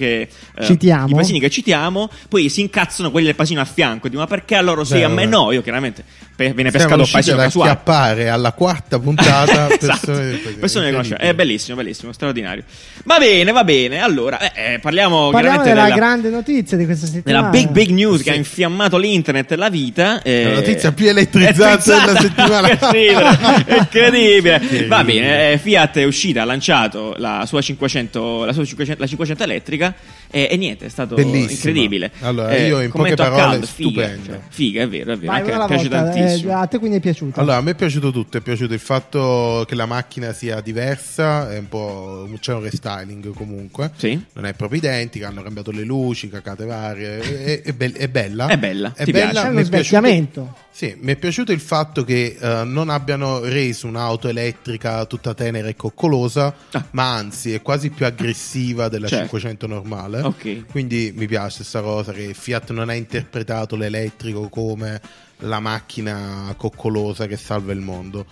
Speaker 1: eh,
Speaker 2: Citiamo.
Speaker 1: i paesini che citiamo, poi si incazzano quelli del paesino a fianco, dico ma perché a loro sì,
Speaker 3: Beh,
Speaker 1: a me
Speaker 3: vabbè.
Speaker 1: no, io chiaramente pe- viene
Speaker 3: Siamo
Speaker 1: pescato un
Speaker 3: riusciti
Speaker 1: paesino
Speaker 3: ad
Speaker 1: casuale.
Speaker 3: acchiappare alla quarta puntata
Speaker 1: Esatto. Persone
Speaker 3: persone,
Speaker 1: che conosciamo.
Speaker 3: incredibile.
Speaker 1: È bellissimo, bellissimo, straordinario. Va bene, va bene. Allora, eh, eh, parliamo,
Speaker 2: Parliamo
Speaker 1: chiaramente
Speaker 2: della
Speaker 1: della,
Speaker 2: grande notizia di questa
Speaker 1: della
Speaker 2: settimana.
Speaker 1: big, big news che ha
Speaker 3: Sì.
Speaker 1: infiammato l'internet e la vita. eh,
Speaker 3: La notizia più elettrizzante della settimana.
Speaker 1: Che ridere, è incredibile. Va
Speaker 3: Incredibile.
Speaker 1: bene, eh, Fiat è uscita, ha lanciato la sua 500, la sua 500, la 500 elettrica e, e niente, è stato
Speaker 3: Bellissima.
Speaker 1: incredibile.
Speaker 3: Allora, io in
Speaker 1: commento
Speaker 3: poche
Speaker 1: a
Speaker 3: parole,
Speaker 1: caldo, figa,
Speaker 3: stupendo.
Speaker 1: cioè, figa, è vero, è vero.
Speaker 2: Vai,
Speaker 1: anche
Speaker 2: una
Speaker 1: a me
Speaker 2: alla
Speaker 1: piace
Speaker 2: volta,
Speaker 1: tantissimo.
Speaker 2: eh, a te quindi è piaciuto.
Speaker 3: Allora, a me è piaciuto tutto, è piaciuto il fatto che la macchina sia diversa, è un po', c'è un restyling comunque,
Speaker 1: Sì.
Speaker 3: non è proprio identica, hanno cambiato le luci, cacate varie, è, è be- è bella.
Speaker 1: È bella, ti piace?
Speaker 2: C'è uno
Speaker 3: mi è piaciuto-
Speaker 2: svecchiamento.
Speaker 3: Sì, mi è piaciuto il fatto che eh, non abbiano reso un'auto elettrica tutta tenera e coccolosa,
Speaker 1: Ah.
Speaker 3: ma anzi è quasi più aggressiva della
Speaker 1: Certo.
Speaker 3: 500 normale.
Speaker 1: Ok.
Speaker 3: Quindi mi piace questa cosa che Fiat non ha interpretato l'elettrico come la macchina coccolosa che salva il mondo.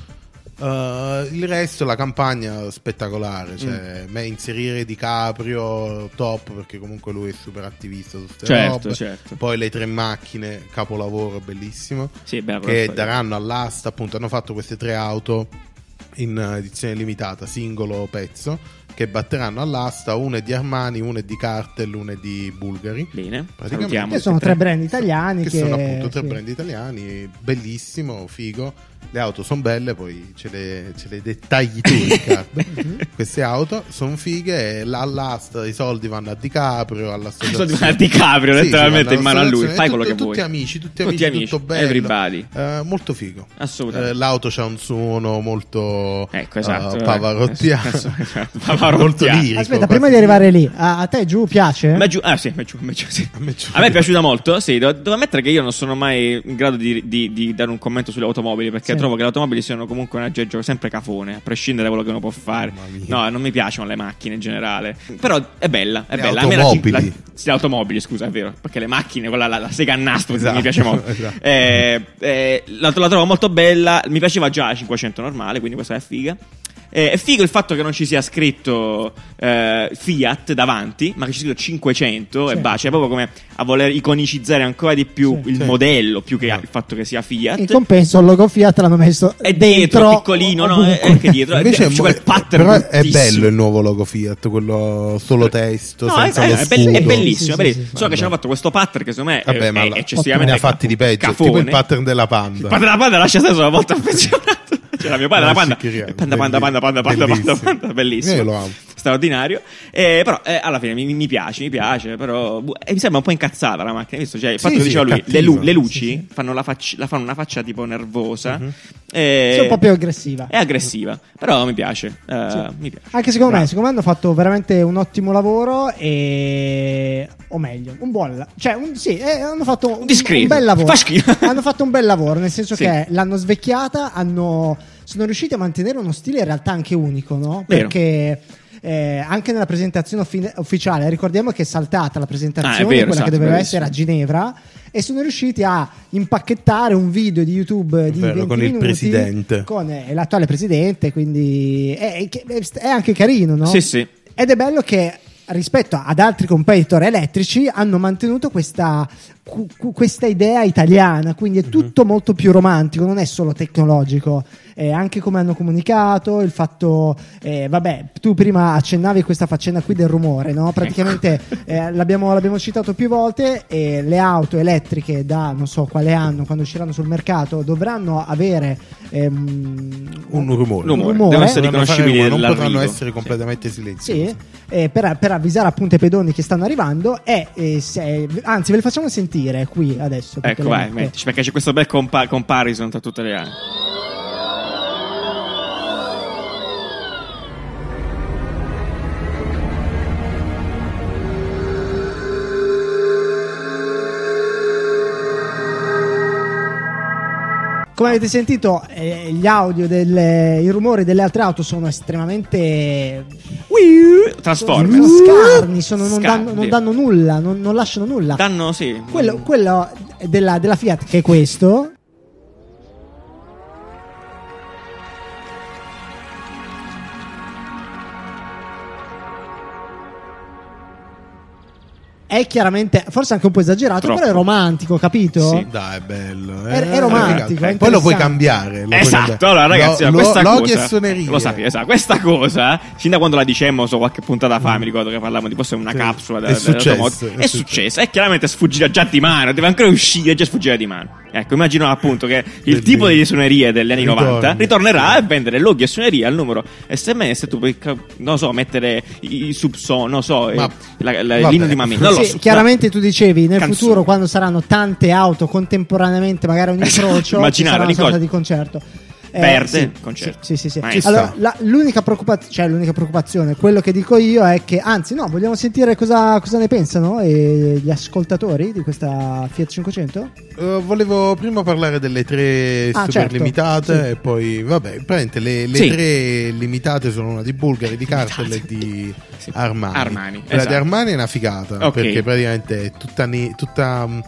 Speaker 3: Eh, il resto, la campagna
Speaker 1: Mm.
Speaker 3: spettacolare, cioè, me inserire Di Caprio top perché comunque lui è super attivista su ste
Speaker 1: Certo,
Speaker 3: robe.
Speaker 1: certo.
Speaker 3: Poi le tre macchine, capolavoro bellissimo,
Speaker 1: Sì, è bella quella
Speaker 3: che
Speaker 1: storia.
Speaker 3: daranno all'asta, appunto, hanno fatto queste tre auto in eh, edizione limitata, singolo pezzo, che batteranno all'asta, una è di Armani, una è di Cartel, una è di Bulgari.
Speaker 1: Bene,
Speaker 3: Praticamente-
Speaker 1: salutiamo.
Speaker 2: Che sono tre brand italiani
Speaker 3: Che,
Speaker 2: che,
Speaker 3: sono appunto tre
Speaker 2: sì.
Speaker 3: brand italiani, bellissimo, figo. Le auto sono belle, poi ce le, ce le dettagli tu, Riccardo. Queste auto sono fighe, e la- all'asta i soldi vanno a DiCaprio, all'associazione.
Speaker 1: Sono di Caprio,
Speaker 3: Sì,
Speaker 1: letteralmente
Speaker 3: sì,
Speaker 1: in mano a lui.
Speaker 3: all'associazione.
Speaker 1: Fai
Speaker 3: Tutti-
Speaker 1: quello che vuoi.
Speaker 3: Tutti amici, tutti
Speaker 1: Tutti
Speaker 3: amici,
Speaker 1: amici,
Speaker 3: tutto bello.
Speaker 1: everybody.
Speaker 3: Eh, molto figo.
Speaker 1: Assolutamente.
Speaker 3: Eh, l'auto c'ha un suono molto
Speaker 1: Ecco, esatto.
Speaker 3: eh, pavarottiano.
Speaker 1: Esatto, pavarottiano.
Speaker 3: molto lirico.
Speaker 2: Aspetta,
Speaker 3: quasi.
Speaker 2: prima di arrivare lì, a, a te giù piace?
Speaker 1: Ma giù, ah sì, ma giù, ma giù, sì.
Speaker 3: A me giù.
Speaker 1: A me è piaciuta molto, sì, devo, devo ammettere che io non sono mai in grado di, di- di dare un commento sulle automobili perché
Speaker 2: Sì.
Speaker 1: trovo che le automobili siano comunque un aggeggio sempre cafone, a prescindere da quello che uno può fare.
Speaker 3: Mamma mia.
Speaker 1: No, non mi piacciono le macchine in generale, però è bella, è
Speaker 3: Le
Speaker 1: bella. A me la-
Speaker 3: automobili.
Speaker 1: la- sì, le automobili, scusa, è vero, perché le macchine, quella la, la sega a nastro
Speaker 3: Esatto,
Speaker 1: mi piace molto.
Speaker 3: esatto.
Speaker 1: Eh, eh, la, la trovo molto bella, mi piaceva già la 500 normale, quindi questa è figa. Eh, è figo il fatto che non ci sia scritto eh, Fiat davanti, ma che ci sia scritto 500 e
Speaker 2: Sì.
Speaker 1: bacia, è proprio come a voler iconicizzare ancora di più
Speaker 2: Sì.
Speaker 1: il
Speaker 3: Sì.
Speaker 1: modello più che
Speaker 3: No.
Speaker 1: il fatto che sia
Speaker 2: In
Speaker 1: Fiat.
Speaker 2: compenso il logo Fiat l'hanno messo
Speaker 1: È dietro,
Speaker 2: dentro,
Speaker 1: piccolino, no?
Speaker 2: ovunque.
Speaker 1: È anche dietro.
Speaker 3: Invece
Speaker 1: è,
Speaker 3: è,
Speaker 1: c'è
Speaker 3: mo-
Speaker 1: quel pattern
Speaker 3: però è
Speaker 1: bruttissimo. Eh,
Speaker 3: bello il nuovo logo Fiat, quello solo testo,
Speaker 1: No, è,
Speaker 3: senza lo
Speaker 1: è bell-
Speaker 3: scudo.
Speaker 1: è bellissimo, è bellissimo.
Speaker 2: Sì, sì, sì,
Speaker 1: Solo che
Speaker 3: Vabbè.
Speaker 1: ci hanno fatto questo pattern che secondo me è-
Speaker 3: Vabbè,
Speaker 1: è,
Speaker 3: ma la-
Speaker 1: eccessivamente
Speaker 3: ne ha fatti di peggio, tipo il pattern della Panda.
Speaker 1: Il padre della panda lascia stare, sono molto affezionato. C'era mio padre,
Speaker 3: No,
Speaker 1: la panda.
Speaker 3: schiccheriano,
Speaker 1: Panda, panda, panda, panda, panda,
Speaker 3: bellissimo.
Speaker 1: panda, panda, bellissimo.
Speaker 3: Io lo amo.
Speaker 1: straordinario. Eh, però eh, alla fine mi, mi piace, mi piace, però bu- e mi sembra un po' incazzata la macchina, hai visto? Cioè, il
Speaker 3: Sì,
Speaker 1: fatto che
Speaker 3: sì,
Speaker 1: diceva
Speaker 3: è
Speaker 1: lui,
Speaker 3: cattiva.
Speaker 1: le, lu- le luci
Speaker 2: Sì, sì.
Speaker 1: Fanno, la facci- la fanno una faccia tipo nervosa.
Speaker 3: Mhm.
Speaker 1: eh,
Speaker 2: Sì, un po' più aggressiva.
Speaker 1: È aggressiva, però mi piace. eh,
Speaker 2: Sì. Ah,
Speaker 1: mi piace.
Speaker 2: Anche secondo
Speaker 1: Bravo.
Speaker 2: me, secondo me hanno fatto veramente un ottimo lavoro e... o meglio, un buon la- cioè un- sì, eh, hanno fatto un,
Speaker 1: discreto.
Speaker 2: un bel lavoro.
Speaker 1: Fa schifo.
Speaker 2: hanno fatto un bel lavoro, nel senso
Speaker 1: Sì.
Speaker 2: che l'hanno svecchiata, hanno- sono riusciti a mantenere uno stile in realtà anche unico, no?
Speaker 1: Vero.
Speaker 2: Perché eh, anche nella presentazione offi- ufficiale, ricordiamo che è saltata la
Speaker 1: Ah,
Speaker 2: presentazione,
Speaker 1: è vero,
Speaker 2: quella
Speaker 1: esatto,
Speaker 2: che doveva
Speaker 1: bravissimo.
Speaker 2: essere a Ginevra, e sono riusciti a impacchettare un video di YouTube di
Speaker 3: Vero,
Speaker 2: 20
Speaker 3: con il
Speaker 2: minuti
Speaker 3: presidente.
Speaker 2: con eh, l'attuale presidente, quindi è, è- è anche carino, no?
Speaker 1: Sì, sì.
Speaker 2: Ed è bello che rispetto ad altri competitor elettrici hanno mantenuto questa, cu- cu- questa idea italiana, quindi
Speaker 3: Mhm.
Speaker 2: è tutto molto più romantico, non è solo tecnologico, Eh, anche come hanno comunicato, il fatto, eh, vabbè, tu prima accennavi questa faccenda qui del rumore, no? praticamente
Speaker 3: Ecco.
Speaker 2: eh, l'abbiamo, l'abbiamo citato più volte, eh, le auto elettriche da non so quale anno, quando usciranno sul mercato, dovranno avere ehm,
Speaker 3: Un rumore.
Speaker 1: Un rumore.
Speaker 2: Rumore.
Speaker 1: Devono essere
Speaker 3: Dovranno fare
Speaker 1: riconoscibili
Speaker 3: rumore, Eh, non
Speaker 1: nell'arrivo.
Speaker 3: potranno essere
Speaker 1: Sì.
Speaker 3: completamente silenziosi.
Speaker 2: Sì, eh, per, per avvisare appunto i pedoni che stanno arrivando. E, eh, se- anzi, ve li facciamo sentire qui adesso. perché
Speaker 1: Ecco,
Speaker 2: le-
Speaker 1: vai, mettici, perché c'è questo bel compa- comparison tra tutte le eh, anni.
Speaker 2: Come avete sentito, eh, gli audio, del, eh, i rumori delle altre auto sono estremamente.
Speaker 1: Transformer.
Speaker 2: Sono scarni, sono- non,
Speaker 1: Scarni.
Speaker 2: danno, non danno nulla, non, non lasciano nulla.
Speaker 1: Danno, sì.
Speaker 2: quello quello della, della Fiat, che è questo. È chiaramente, forse anche un po' esagerato,
Speaker 1: Troppo.
Speaker 2: però è romantico, capito?
Speaker 1: Sì.
Speaker 3: Dai, è bello.
Speaker 2: È-
Speaker 3: eh,
Speaker 2: è romantico,
Speaker 3: eh,
Speaker 2: è
Speaker 3: Poi lo puoi
Speaker 2: interessante.
Speaker 3: cambiare. lo puoi
Speaker 1: Esatto,
Speaker 3: cambiare.
Speaker 1: allora ragazzi,
Speaker 3: Lo-
Speaker 1: questa
Speaker 3: lo- loghi
Speaker 1: cosa
Speaker 3: e suonerie.
Speaker 1: lo sapete, esatto. questa cosa, sin da quando la dicemmo, so qualche puntata fa, mi ricordo che parlavamo di forse una
Speaker 3: Mm. Sì.
Speaker 1: capsula
Speaker 3: È
Speaker 1: della-
Speaker 3: successo,
Speaker 1: dell'automobile.
Speaker 3: è
Speaker 1: è
Speaker 3: successo.
Speaker 1: successa, e chiaramente sfuggirà già di mano, deve ancora uscire e già sfuggirà di mano. Ecco, immagino appunto che il
Speaker 3: Bellissimo.
Speaker 1: tipo di suonerie degli anni
Speaker 3: Ritorni.
Speaker 1: 90 ritornerà
Speaker 3: Sì.
Speaker 1: e vendere loghi e suonerie al numero SMS, tu puoi, ca- non so, mettere i, i subson, non so,
Speaker 3: Ma-
Speaker 1: eh, la- la-
Speaker 3: vabbè.
Speaker 1: l'inno di Mamma Mia. Non lo
Speaker 2: Sì,
Speaker 1: so.
Speaker 2: chiaramente tu dicevi nel
Speaker 1: Canzone.
Speaker 2: futuro quando saranno tante auto contemporaneamente, magari a un
Speaker 1: Esatto,
Speaker 2: incrocio, ci
Speaker 1: immaginare,
Speaker 2: sarà una sorta
Speaker 1: Nicole.
Speaker 2: di concerto. Eh,
Speaker 1: Perde
Speaker 2: sì,
Speaker 1: il concerto.
Speaker 2: Sì, sì, sì.
Speaker 1: Ma ci
Speaker 2: Allora,
Speaker 3: sta.
Speaker 2: la- l'unica, preoccupa- cioè, l'unica preoccupazione, quello che dico io è che, anzi, no, vogliamo sentire cosa, cosa ne pensano eh, gli ascoltatori di questa Fiat 500?
Speaker 3: Eh, volevo prima parlare delle tre
Speaker 2: Ah,
Speaker 3: super
Speaker 2: certo,
Speaker 3: limitate
Speaker 2: sì.
Speaker 3: e poi, vabbè, praticamente le, le
Speaker 1: Sì.
Speaker 3: tre limitate sono una di Bulgari, di Cartel e di
Speaker 1: Sì.
Speaker 3: Armani.
Speaker 1: Armani,
Speaker 3: Quella
Speaker 1: esatto.
Speaker 3: di Armani è una figata
Speaker 1: Ok.
Speaker 3: perché praticamente è tutta, ne- tutta, mh,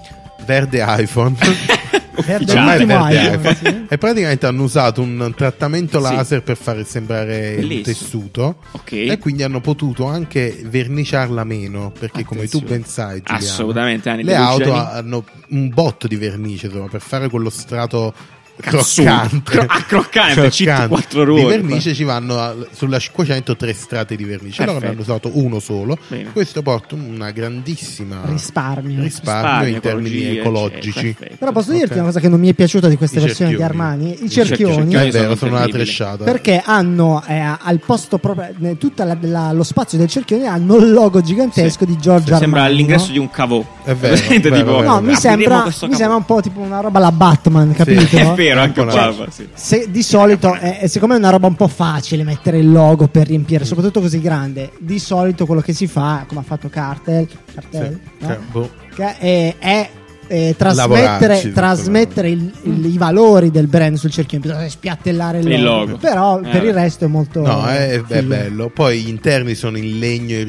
Speaker 3: verde iPhone.
Speaker 1: Ufficiale.
Speaker 3: Ormai è
Speaker 2: L'ultimo
Speaker 3: verde
Speaker 2: iPhone,
Speaker 3: iPhone. E praticamente hanno usato un trattamento
Speaker 1: Sì.
Speaker 3: laser per far sembrare
Speaker 1: Bellissimo.
Speaker 3: il tessuto.
Speaker 1: Ok.
Speaker 3: E quindi hanno potuto anche verniciarla meno perché, come tu
Speaker 1: Attenzione.
Speaker 3: ben sai, Giuliano,
Speaker 1: Assolutamente, Anni
Speaker 3: le
Speaker 1: Bellucci,
Speaker 3: auto
Speaker 1: Anni-
Speaker 3: hanno un botto di vernice insomma, per fare quello strato
Speaker 1: Cazzuto.
Speaker 3: croccante.
Speaker 1: Cro- ah, croccante, citto quattro ruote.
Speaker 3: Di vernice ci vanno al- sulla 500 tre strati di vernice. Allora ne hanno
Speaker 1: Perfetto.
Speaker 3: usato uno solo.
Speaker 1: Bene.
Speaker 3: Questo porta una grandissima
Speaker 2: Risparmio.
Speaker 3: risparmio in termini
Speaker 1: ecologia,
Speaker 3: ecologici.
Speaker 1: eccetera, perfetto.
Speaker 2: Però posso dirti
Speaker 3: Ok.
Speaker 2: una cosa che non mi è piaciuta di queste
Speaker 3: I
Speaker 2: versioni di
Speaker 3: cerchioni.
Speaker 2: Armani? I
Speaker 1: I
Speaker 2: cerchioni.
Speaker 1: cerchioni.
Speaker 3: È vero,
Speaker 1: Sono
Speaker 3: sono una
Speaker 1: terribili.
Speaker 3: tresciata.
Speaker 2: Perché hanno eh, al posto proprio ne- tutta la- la- lo spazio del cerchione hanno il logo gigantesco di Giorgio Armani.
Speaker 1: Sembra l'ingresso
Speaker 2: no?
Speaker 1: di un cavò.
Speaker 3: È vero,
Speaker 1: Presente,
Speaker 3: vero,
Speaker 1: tipo,
Speaker 3: vero.
Speaker 2: No, mi
Speaker 1: apriremo
Speaker 2: sembra,
Speaker 1: questo
Speaker 2: mi
Speaker 1: cavò.
Speaker 2: sembra eh. un po' tipo una roba alla Batman, capito?
Speaker 1: È vero, anche
Speaker 3: Cioè,
Speaker 1: qua. Sì.
Speaker 2: Se- di solito, eh, eh, siccome è una roba un po' facile mettere il logo per riempire, soprattutto così grande, di solito quello che si fa, come ha fatto Cartel, Cartel,
Speaker 3: Sì,
Speaker 2: Eh, no?
Speaker 3: cioè, boh.
Speaker 2: Che è, è, eh,
Speaker 3: Lavorarci,
Speaker 2: trasmettere,
Speaker 3: tutto
Speaker 2: trasmettere il- il- i valori del brand sul cerchio bisogna spiattellare il logo,
Speaker 1: Mm. Il logo.
Speaker 2: però
Speaker 1: Eh,
Speaker 2: per il
Speaker 1: vabbè.
Speaker 2: resto è molto
Speaker 3: No, è,
Speaker 1: eh,
Speaker 3: è
Speaker 2: figo.
Speaker 3: bello. Poi gli interni sono in legno e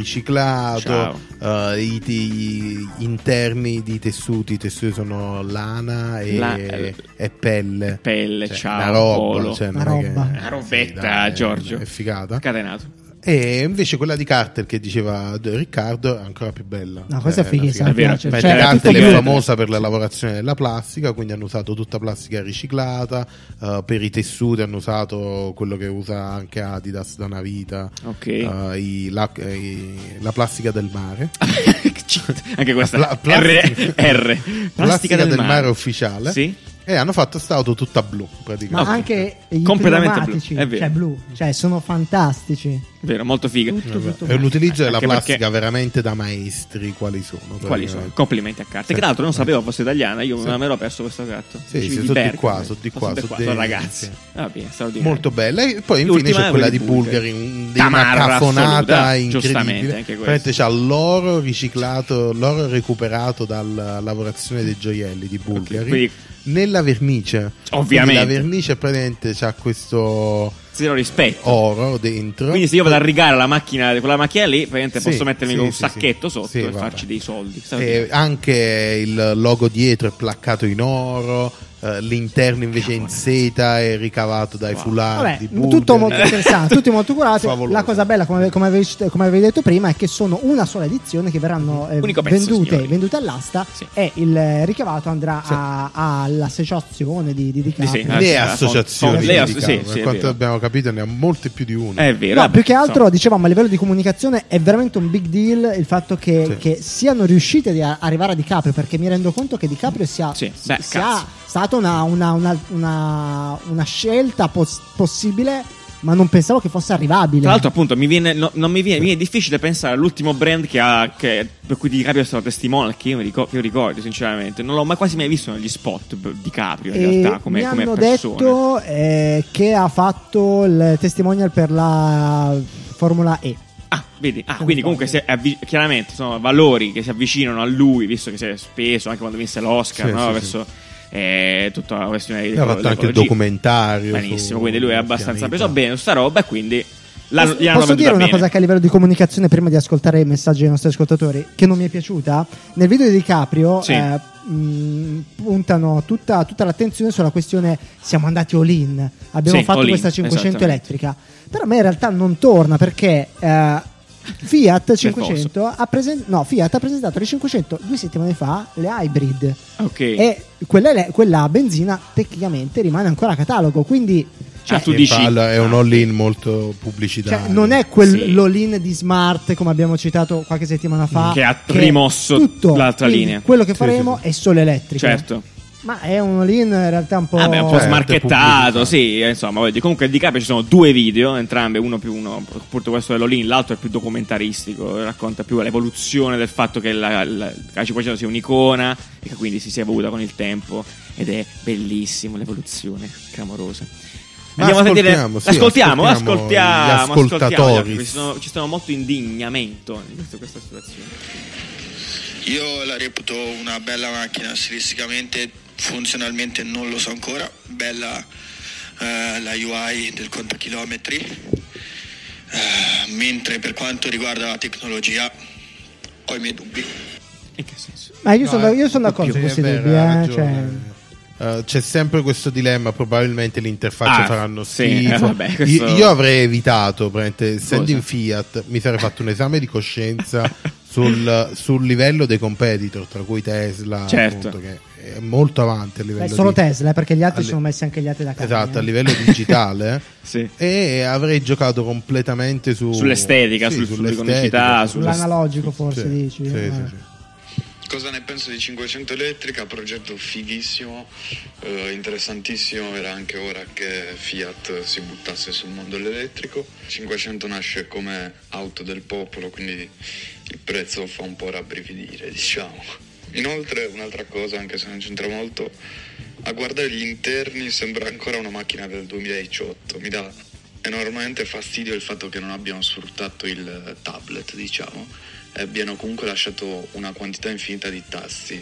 Speaker 3: riciclato, eh, i, ti- gli interni di tessuti, i tessuti sono lana e,
Speaker 1: La- eh,
Speaker 3: e pelle.
Speaker 1: Pelle,
Speaker 3: Cioè,
Speaker 1: ciao,
Speaker 3: una roba,
Speaker 1: polo.
Speaker 3: cioè,
Speaker 2: Una
Speaker 3: non è
Speaker 2: roba.
Speaker 3: che-
Speaker 1: Una robetta,
Speaker 3: Sì, dai,
Speaker 1: Giorgio.
Speaker 3: È figata.
Speaker 1: Catenato.
Speaker 3: E invece quella di Carter che diceva De Riccardo è ancora più bella.
Speaker 2: No, questa è
Speaker 3: Cioè,
Speaker 2: fighissima,
Speaker 3: una
Speaker 1: è vero.
Speaker 2: mi piace.
Speaker 1: Beh,
Speaker 3: Perché
Speaker 2: Cioè,
Speaker 1: Cartel
Speaker 2: tutto
Speaker 3: Cartel è
Speaker 1: verde.
Speaker 2: verde.
Speaker 3: famosa per la lavorazione della plastica, quindi hanno usato tutta plastica riciclata, eh, per i tessuti hanno usato quello che usa anche Adidas da una vita,
Speaker 1: Ok.
Speaker 3: eh, i- la, eh, i- la plastica del mare.
Speaker 1: Cheat. Anche questa
Speaker 3: La pla-
Speaker 1: R, R.
Speaker 3: Plastica del mare ufficiale.
Speaker 1: Sì.
Speaker 3: E hanno fatto st'auto tutta blu,
Speaker 2: Ma
Speaker 3: praticamente.
Speaker 1: Ah,
Speaker 2: anche i
Speaker 1: Completamente
Speaker 2: pneumatici,
Speaker 1: blu, è vero.
Speaker 2: cioè blu, cioè sono fantastici.
Speaker 1: Vero, molto figa.
Speaker 2: Tutto, tutto
Speaker 3: È
Speaker 2: blu.
Speaker 3: l'utilizzo della
Speaker 1: Anche
Speaker 3: plastica
Speaker 1: perché-
Speaker 3: veramente da maestri, quali sono?
Speaker 1: Quali
Speaker 3: praticamente.
Speaker 1: sono? Complimenti a carte. Che tra l'altro non sapevo fosse italiana, io non me l'ero perso questo gatto.
Speaker 3: Sì,
Speaker 1: Dicevi
Speaker 3: sì,
Speaker 1: di
Speaker 3: sono di
Speaker 1: Bergamo.
Speaker 3: qua, sono di qua,
Speaker 1: eh. Sono
Speaker 3: sono
Speaker 1: sono
Speaker 3: dei-
Speaker 1: ragazzi.
Speaker 3: sì.
Speaker 1: Va bene, straordinario.
Speaker 3: Molto bella. E poi infine
Speaker 1: L'ultima è
Speaker 3: c'è quella di
Speaker 1: quella di
Speaker 3: Bulgari,
Speaker 1: Bulgari.
Speaker 3: un- di una
Speaker 1: Tamarra assoluta,
Speaker 3: cafonata
Speaker 1: giustamente,
Speaker 3: incredibile.
Speaker 1: anche questo.
Speaker 3: Praticamente c'ha l'oro riciclato, l'oro recuperato dalla lavorazione dei gioielli di Bulgari
Speaker 1: quindi-
Speaker 3: nella vernice.
Speaker 1: Ovviamente.
Speaker 3: Quindi la vernice praticamente c'ha questo
Speaker 1: Zero rispetto.
Speaker 3: oro dentro.
Speaker 1: Quindi se io vado a rigare la macchina, quella macchina lì, praticamente
Speaker 3: Eh. Sì,
Speaker 1: posso mettermi
Speaker 3: sì,
Speaker 1: con un
Speaker 3: sì,
Speaker 1: sacchetto
Speaker 3: sì.
Speaker 1: sotto
Speaker 3: Sì,
Speaker 1: e
Speaker 3: vabbè.
Speaker 1: farci dei soldi.
Speaker 3: Eh,
Speaker 1: Straordinario.
Speaker 3: anche il logo dietro è placcato in oro, eh, l'interno invece è in seta è ricavato dai
Speaker 1: Wow.
Speaker 3: foulard
Speaker 2: Vabbè,
Speaker 3: Ah, di
Speaker 2: tutto
Speaker 3: Bulgari.
Speaker 2: molto interessante, tutti molto curati.
Speaker 3: Favoloso.
Speaker 2: La cosa bella, come, come avevi, cit- come avevi detto prima, è che sono una sola edizione che verranno eh,
Speaker 1: Unico pezzo,
Speaker 2: vendute,
Speaker 1: signori.
Speaker 2: vendute all'asta
Speaker 1: Sì.
Speaker 2: e il eh, ricavato andrà
Speaker 3: Sì.
Speaker 2: a- all'associazione di, di, di
Speaker 1: Sì, sì,
Speaker 2: Capri.
Speaker 1: Ah,
Speaker 3: le
Speaker 1: sì, la
Speaker 3: associazioni
Speaker 1: font-
Speaker 3: di
Speaker 1: le ass-
Speaker 3: Riccardo,
Speaker 1: sì,
Speaker 3: per
Speaker 1: sì, è
Speaker 3: quanto
Speaker 1: vero.
Speaker 3: abbiamo capito ne ha molte più di una
Speaker 1: È vero.
Speaker 2: No,
Speaker 1: vabbè,
Speaker 2: più che altro,
Speaker 1: insomma.
Speaker 2: dicevamo, a livello di comunicazione è veramente un big deal il fatto che,
Speaker 3: Sì.
Speaker 2: che siano riusciti ad arrivare a Di Caprio, perché mi rendo conto che Di Caprio sia,
Speaker 1: Sì, beh,
Speaker 2: sia
Speaker 1: cazzo.
Speaker 2: stata una, una- una- una- una scelta pos- possibile, ma non pensavo che fosse arrivabile.
Speaker 1: Tra l'altro, appunto, mi viene, no- non mi viene, mi è difficile pensare all'ultimo brand che ha, che- per cui Di Caprio è stato testimone, che io, mi ricor- che io ricordo, sinceramente. Non l'ho mai quasi mai visto negli spot b- di Caprio, in
Speaker 3: Eh,
Speaker 2: E
Speaker 1: realtà, come,
Speaker 2: mi
Speaker 1: come
Speaker 2: hanno
Speaker 1: persona.
Speaker 2: detto eh, che ha fatto il testimonial per la Formula E.
Speaker 1: Ah, vedi, ah,
Speaker 2: Come
Speaker 1: quindi comunque
Speaker 2: fa?
Speaker 1: se avvi- chiaramente sono valori che si avvicinano a lui, visto che si è speso anche quando vinse l'Oscar,
Speaker 3: Sì,
Speaker 1: no?
Speaker 3: sì,
Speaker 1: Verso eh, tutta la questione di
Speaker 3: ha fatto anche il
Speaker 1: ecologia.
Speaker 3: documentario
Speaker 1: Benissimo,
Speaker 3: su-
Speaker 1: quindi lui è
Speaker 3: sul
Speaker 1: abbastanza
Speaker 3: pianeta.
Speaker 1: preso bene su sta roba e quindi l'hanno,
Speaker 2: Posso-
Speaker 1: gli hanno
Speaker 2: Posso
Speaker 1: venduta
Speaker 2: dire una
Speaker 1: bene.
Speaker 2: cosa che a livello di comunicazione, prima di ascoltare i messaggi dei nostri ascoltatori, che non mi è piaciuta? Nel video di DiCaprio
Speaker 1: Sì.
Speaker 2: eh, mh, puntano tutta, tutta l'attenzione sulla questione siamo andati all in, abbiamo
Speaker 1: Sì,
Speaker 2: fatto
Speaker 1: all in,
Speaker 2: questa 500
Speaker 1: esattamente.
Speaker 2: elettrica, però a me in realtà non torna perché... eh, Fiat
Speaker 1: Per
Speaker 2: 500 ha, presen- no, Fiat ha presentato le 500 due settimane fa, le hybrid.
Speaker 1: Ok.
Speaker 2: E quella, ele- quella benzina tecnicamente rimane ancora a catalogo. Quindi cioè,
Speaker 1: Ah, tu
Speaker 3: Sì,
Speaker 1: dici-
Speaker 3: fa- allora, è un all-in molto pubblicitario
Speaker 2: cioè, non è quel
Speaker 1: Sì.
Speaker 2: l'all-in di smart come abbiamo citato qualche settimana fa
Speaker 1: Che ha rimosso
Speaker 2: tutto.
Speaker 1: l'altra
Speaker 2: Quindi
Speaker 1: linea.
Speaker 2: Quello che
Speaker 3: Sì, sì,
Speaker 2: faremo
Speaker 3: sì.
Speaker 2: è solo elettrico.
Speaker 1: certo.
Speaker 2: Ma è un all-in in realtà un po'. cioè,
Speaker 1: Vabbè, un po'
Speaker 3: Certo,
Speaker 1: smarchettato,
Speaker 3: pubblicità.
Speaker 1: sì, eh, insomma, voglio dire, comunque di capo ci sono due video, entrambi, uno più uno, appunto questo è l'Olin, l'altro è più documentaristico, racconta più l'evoluzione del fatto che la, la, la 500 sia un'icona e che quindi si sia evoluta con il tempo ed è bellissimo l'evoluzione, clamorosa.
Speaker 3: Ma
Speaker 1: a sentire-
Speaker 3: ascoltiamo, sì,
Speaker 1: ascoltiamo,
Speaker 3: ascoltiamo
Speaker 1: ascoltiamo,
Speaker 3: gli ascoltatori.
Speaker 1: ascoltiamo, ci sono, ci sono molto indignamento in questa, questa situazione.
Speaker 4: Io la reputo una bella macchina, stilisticamente, funzionalmente non lo so ancora, bella eh, la UI del contachilometri, Eh, mentre per quanto riguarda la tecnologia ho i miei dubbi.
Speaker 1: In che senso?
Speaker 2: Ma io
Speaker 3: No,
Speaker 2: sono,
Speaker 3: è-
Speaker 2: io sono d'accordo
Speaker 3: più-
Speaker 2: con
Speaker 3: è
Speaker 2: questi
Speaker 3: vero,
Speaker 2: dubbi.
Speaker 3: ha
Speaker 2: Eh,
Speaker 3: ragione.
Speaker 2: cioè,
Speaker 3: Eh, c'è sempre questo dilemma, probabilmente le interfacce
Speaker 1: Ah,
Speaker 3: faranno
Speaker 1: sì,
Speaker 3: schifo.
Speaker 1: eh, vabbè, questo-
Speaker 3: io, io avrei evitato, praticamente, essendo
Speaker 1: Cosa?
Speaker 3: in Fiat, mi sarei fatto un esame di coscienza sul, sul livello dei competitor, tra cui Tesla,
Speaker 1: Certo.
Speaker 3: appunto, che è molto avanti a livello
Speaker 2: beh, solo
Speaker 3: di-
Speaker 2: Tesla, eh, perché gli altri
Speaker 3: alle-
Speaker 2: sono messi anche gli altri da casa. eh.
Speaker 3: Esatto, a livello digitale.
Speaker 1: Sì.
Speaker 3: E avrei giocato completamente su...
Speaker 1: Sull'estetica, sul- sull'iconicità,
Speaker 3: sull'estetica,
Speaker 2: Sull'analogico,
Speaker 3: su-
Speaker 2: forse
Speaker 3: sì,
Speaker 2: dici.
Speaker 3: sì, sì,
Speaker 2: Eh.
Speaker 3: sì.
Speaker 5: Cosa ne penso di 500 elettrica? Progetto fighissimo, eh, interessantissimo, era anche ora che Fiat si buttasse sul mondo dell'elettrico. 500 nasce come auto del popolo, quindi il prezzo fa un po' rabbrividire, diciamo. Inoltre, un'altra cosa, anche se non c'entra molto, a guardare gli interni sembra ancora una macchina del 2018. Mi dà enormemente fastidio il fatto che non abbiano sfruttato il tablet, diciamo, e abbiano comunque lasciato una quantità infinita di tasti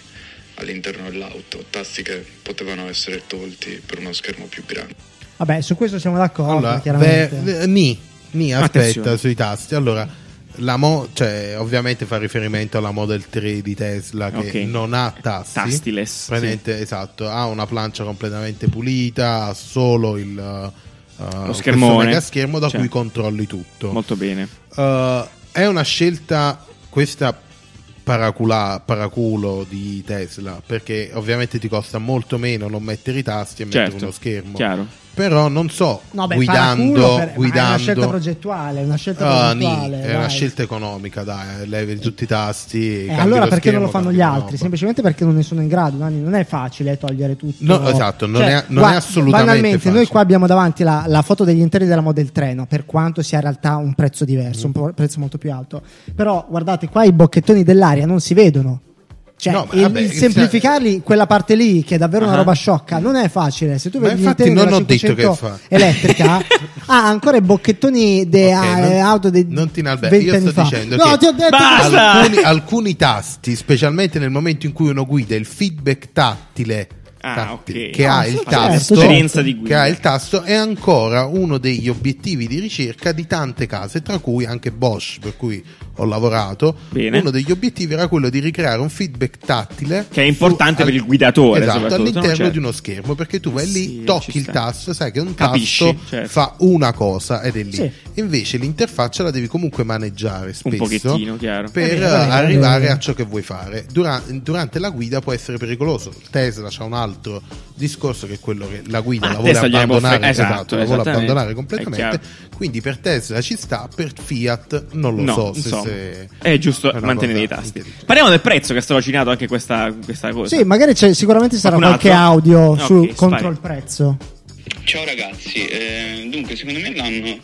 Speaker 5: all'interno dell'auto, tasti che potevano essere tolti per uno schermo più grande.
Speaker 2: Vabbè, su questo siamo d'accordo.
Speaker 3: Allora,
Speaker 2: chiaramente.
Speaker 3: beh, eh, ni, ni, aspetta
Speaker 1: Attenzione.
Speaker 3: sui tasti. Allora, la mo- cioè, ovviamente fa riferimento alla Model 3 di Tesla che
Speaker 1: Ok.
Speaker 3: Eh, non ha tasti.
Speaker 1: Tastiless,
Speaker 3: Praticamente, Esatto, ha una plancia completamente pulita, ha solo il... eh, questo
Speaker 1: schermone.
Speaker 3: mega schermo da
Speaker 1: Cioè.
Speaker 3: cui controlli tutto.
Speaker 1: Molto bene.
Speaker 3: Eh, è una scelta questa paracula- paraculo di Tesla perché ovviamente ti costa molto meno non mettere i tasti e mettere
Speaker 1: Certo,
Speaker 3: uno schermo
Speaker 1: chiaro.
Speaker 3: Però non so,
Speaker 2: No, beh, paraculo
Speaker 3: guidando,
Speaker 2: per- ma
Speaker 3: guidando
Speaker 2: è una scelta progettuale, è una scelta
Speaker 3: Ah, nì,
Speaker 2: progettuale.
Speaker 3: è una
Speaker 2: dai.
Speaker 3: scelta economica, dai, levi tutti i tasti.
Speaker 2: Eh,
Speaker 3: cambi
Speaker 2: allora
Speaker 3: lo
Speaker 2: perché non
Speaker 3: schermo,
Speaker 2: lo fanno
Speaker 3: cambi
Speaker 2: gli
Speaker 3: la
Speaker 2: altri?
Speaker 3: roba.
Speaker 2: Semplicemente perché non ne sono in grado. Nanni, non è facile togliere tutto. Cioè,
Speaker 3: No, esatto, non è- non è assolutamente
Speaker 2: Banalmente, noi
Speaker 3: facile.
Speaker 2: qua abbiamo davanti la, la foto degli interi della Model 3, no? per quanto sia in realtà un prezzo diverso, un po- prezzo molto più alto. Però guardate qua i bocchettoni dell'aria non si vedono. Cioè,
Speaker 3: No, ma
Speaker 2: il,
Speaker 3: vabbè,
Speaker 2: il
Speaker 3: il-
Speaker 2: semplificarli, quella parte lì che è davvero
Speaker 1: Ah.
Speaker 2: una roba sciocca, non è facile. Se tu
Speaker 3: Ma
Speaker 2: vedi
Speaker 3: infatti
Speaker 2: l'intero
Speaker 3: non ho
Speaker 2: della
Speaker 3: detto che
Speaker 2: 500
Speaker 3: fa.
Speaker 2: elettrica, ha ancora i bocchettoni de,
Speaker 3: Ok,
Speaker 2: eh,
Speaker 3: non-
Speaker 2: auto dei
Speaker 3: non ti inalberi, io
Speaker 2: 20 anni
Speaker 3: sto
Speaker 2: fa.
Speaker 3: dicendo
Speaker 2: No,
Speaker 3: che-
Speaker 2: ti ho detto
Speaker 1: Basta!
Speaker 2: che-
Speaker 3: Alcuni, alcuni tasti, specialmente nel momento in cui uno guida, il feedback tattile.
Speaker 1: Ah,
Speaker 3: tattile,
Speaker 1: ok.
Speaker 3: Che,
Speaker 2: Ah,
Speaker 3: ha il
Speaker 2: certo,
Speaker 3: tasto,
Speaker 1: esperienza di guida.
Speaker 3: che ha il tasto è ancora uno degli obiettivi di ricerca di tante case, tra cui anche Bosch, per cui ho lavorato.
Speaker 1: Bene.
Speaker 3: Uno degli obiettivi era quello di ricreare un feedback tattile
Speaker 1: Che è importante per il guidatore,
Speaker 3: esatto,
Speaker 1: soprattutto, no?
Speaker 3: all'interno
Speaker 1: Certo.
Speaker 3: di uno schermo perché tu vai lì,
Speaker 1: Sì, ci
Speaker 3: tocchi il
Speaker 1: sta.
Speaker 3: tasto, sai che un
Speaker 1: Capisci,
Speaker 3: tasto
Speaker 1: certo.
Speaker 3: fa una cosa ed è lì.
Speaker 2: Sì.
Speaker 3: Invece l'interfaccia la devi comunque maneggiare spesso
Speaker 1: pochettino, chiaro.
Speaker 3: per
Speaker 2: Eh beh,
Speaker 3: eh,
Speaker 2: vabbè,
Speaker 3: arrivare
Speaker 2: vabbè.
Speaker 3: a ciò che vuoi fare. Dura- durante la guida può essere pericoloso. Tesla c'ha un altro discorso che è quello che la guida
Speaker 1: Ah,
Speaker 3: la vuole
Speaker 1: Tesla gliene può
Speaker 3: abbandonare,
Speaker 1: fre- esatto,
Speaker 3: la vuole
Speaker 1: esattamente.
Speaker 3: abbandonare
Speaker 1: È
Speaker 3: completamente.
Speaker 1: chiaro.
Speaker 3: Quindi per Tesla ci sta, per Fiat non lo
Speaker 1: no,
Speaker 3: so se,
Speaker 1: insomma,
Speaker 3: se-
Speaker 1: è giusto
Speaker 3: una
Speaker 1: mantenere i
Speaker 3: cosa
Speaker 1: tasti.
Speaker 3: intelligente.
Speaker 1: Parliamo del prezzo che ha stralacinato anche questa, questa cosa.
Speaker 2: Sì, magari c'è- sicuramente sarà
Speaker 1: Qualcun
Speaker 2: qualche
Speaker 1: altro?
Speaker 2: audio
Speaker 1: Ok,
Speaker 2: su-
Speaker 1: spari.
Speaker 2: contro il prezzo.
Speaker 5: Ciao ragazzi, eh, dunque secondo me l'anno